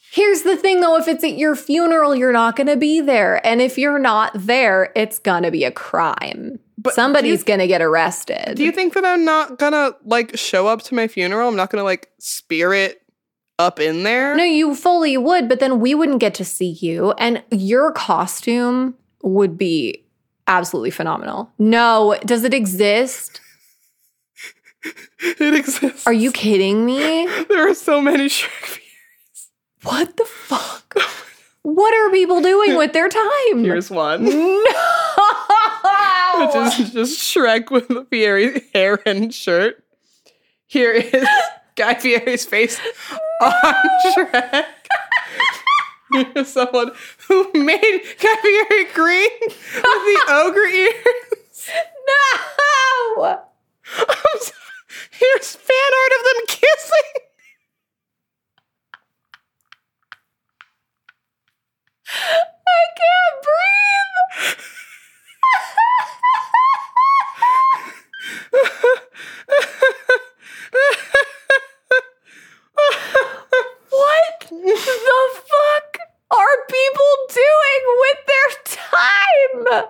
Here's the thing though if it's at your funeral, you're not going to be there. And if you're not there, it's going to be a crime.
But
Somebody's
do
going to get arrested.
you, do you think that I'm not gonna like show up to my funeral? I'm not gonna like spirit up in there. [LAUGHS]
No, you fully would, but then we wouldn't get to see you, and your costume would be absolutely phenomenal. No, does it exist?
it exists.
Are you kidding me?
There are so many Shrek.
What the fuck? What are people doing with their time?
Here's
[LAUGHS]
one. which
no!
is just Shrek with a Fieri hair and shirt. Here is Guy Fieri's face on Shrek. Here's someone who made Guy Fieri green with the ogre ears.
no!
I'm so- Here's fan art of them kissing.
I can't breathe!
[LAUGHS]
What the fuck are people doing with their time?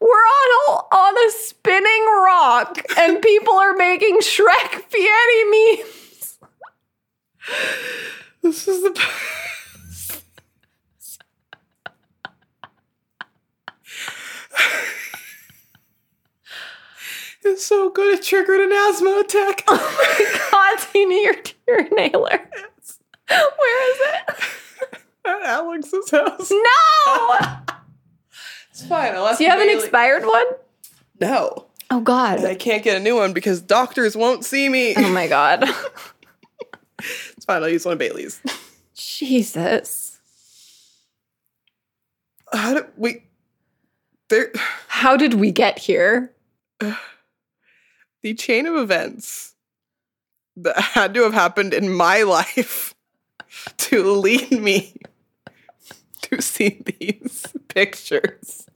We're on a, on a spinning rock and people are making Shrek Fieri memes. [LAUGHS]
This is the. it's so good it triggered an asthma attack.
God, Tina, your, your nailer. Where is it?
At Alex's house.
No!
It's fine. I'll ask
Do you have an
Bailey.
expired one?
No.
Oh
And I
God.
can't get a new one because doctors won't see me.
Oh my God.
It's fine. I'll use one of Bailey's.
Jesus.
How do we? There,
How did we get here?
the chain of events that had to have happened in my [LAUGHS] life to lead me to see these [LAUGHS] pictures.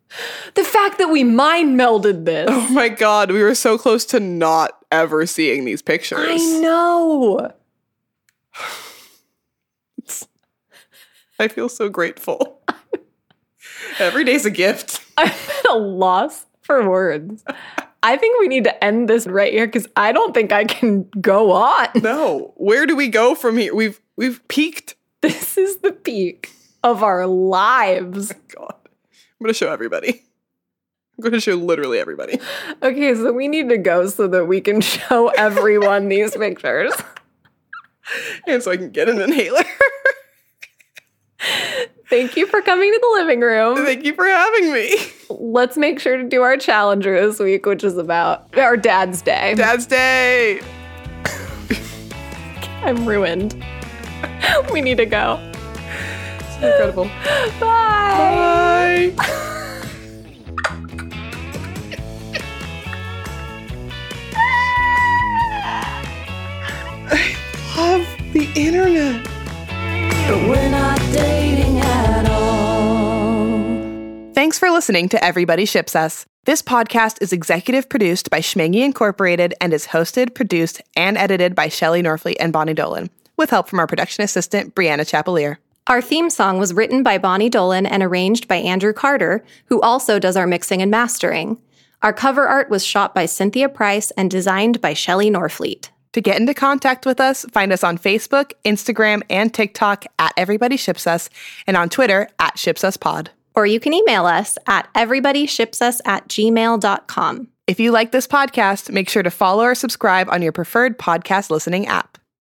The fact that we mind melded this.
Oh my god, we were so close to not ever seeing these
I
pictures.
know.
I feel so grateful. Every day's a gift.
[LAUGHS] I'm at a loss for words. I think we need to end this right here because I don't think I can go on. [LAUGHS]
No, where do we go from here? We've we've peaked.
This is the peak of our lives.
God, I'm gonna show everybody. I'm gonna show literally everybody.
Okay, so we need to go so that we can [LAUGHS] show everyone these pictures.
and so I can get an inhaler. [LAUGHS]
Thank you for coming to the living room.
Thank you for having me.
Let's make sure to do our challenger this week, which is about our dad's day.
Dad's Day.
I'm ruined. [LAUGHS] we need to go.
It's incredible.
Bye.
Bye. [LAUGHS] I love the internet.
But we're not dating at all.
Thanks for listening to Everybody Ships Us. This podcast is executive produced by Schmangy Incorporated and is hosted, produced, and edited by Shelley Norfleet and Bonnie Dolan, with help from our production assistant, Brianna Chapelier.
Our theme song was written by Bonnie Dolan and arranged by Andrew Carter, who also does our mixing and mastering. Our cover art was shot by Cynthia Price and designed by Shelley Norfleet.
To get into contact with us, find us on Facebook, Instagram, and TikTok at Everybody Ships Us, and on Twitter at Ships Us Pod.
Or you can email us at everybodyshipsus at gmail.com.
If you like this podcast, make sure to follow or subscribe on your preferred podcast listening app.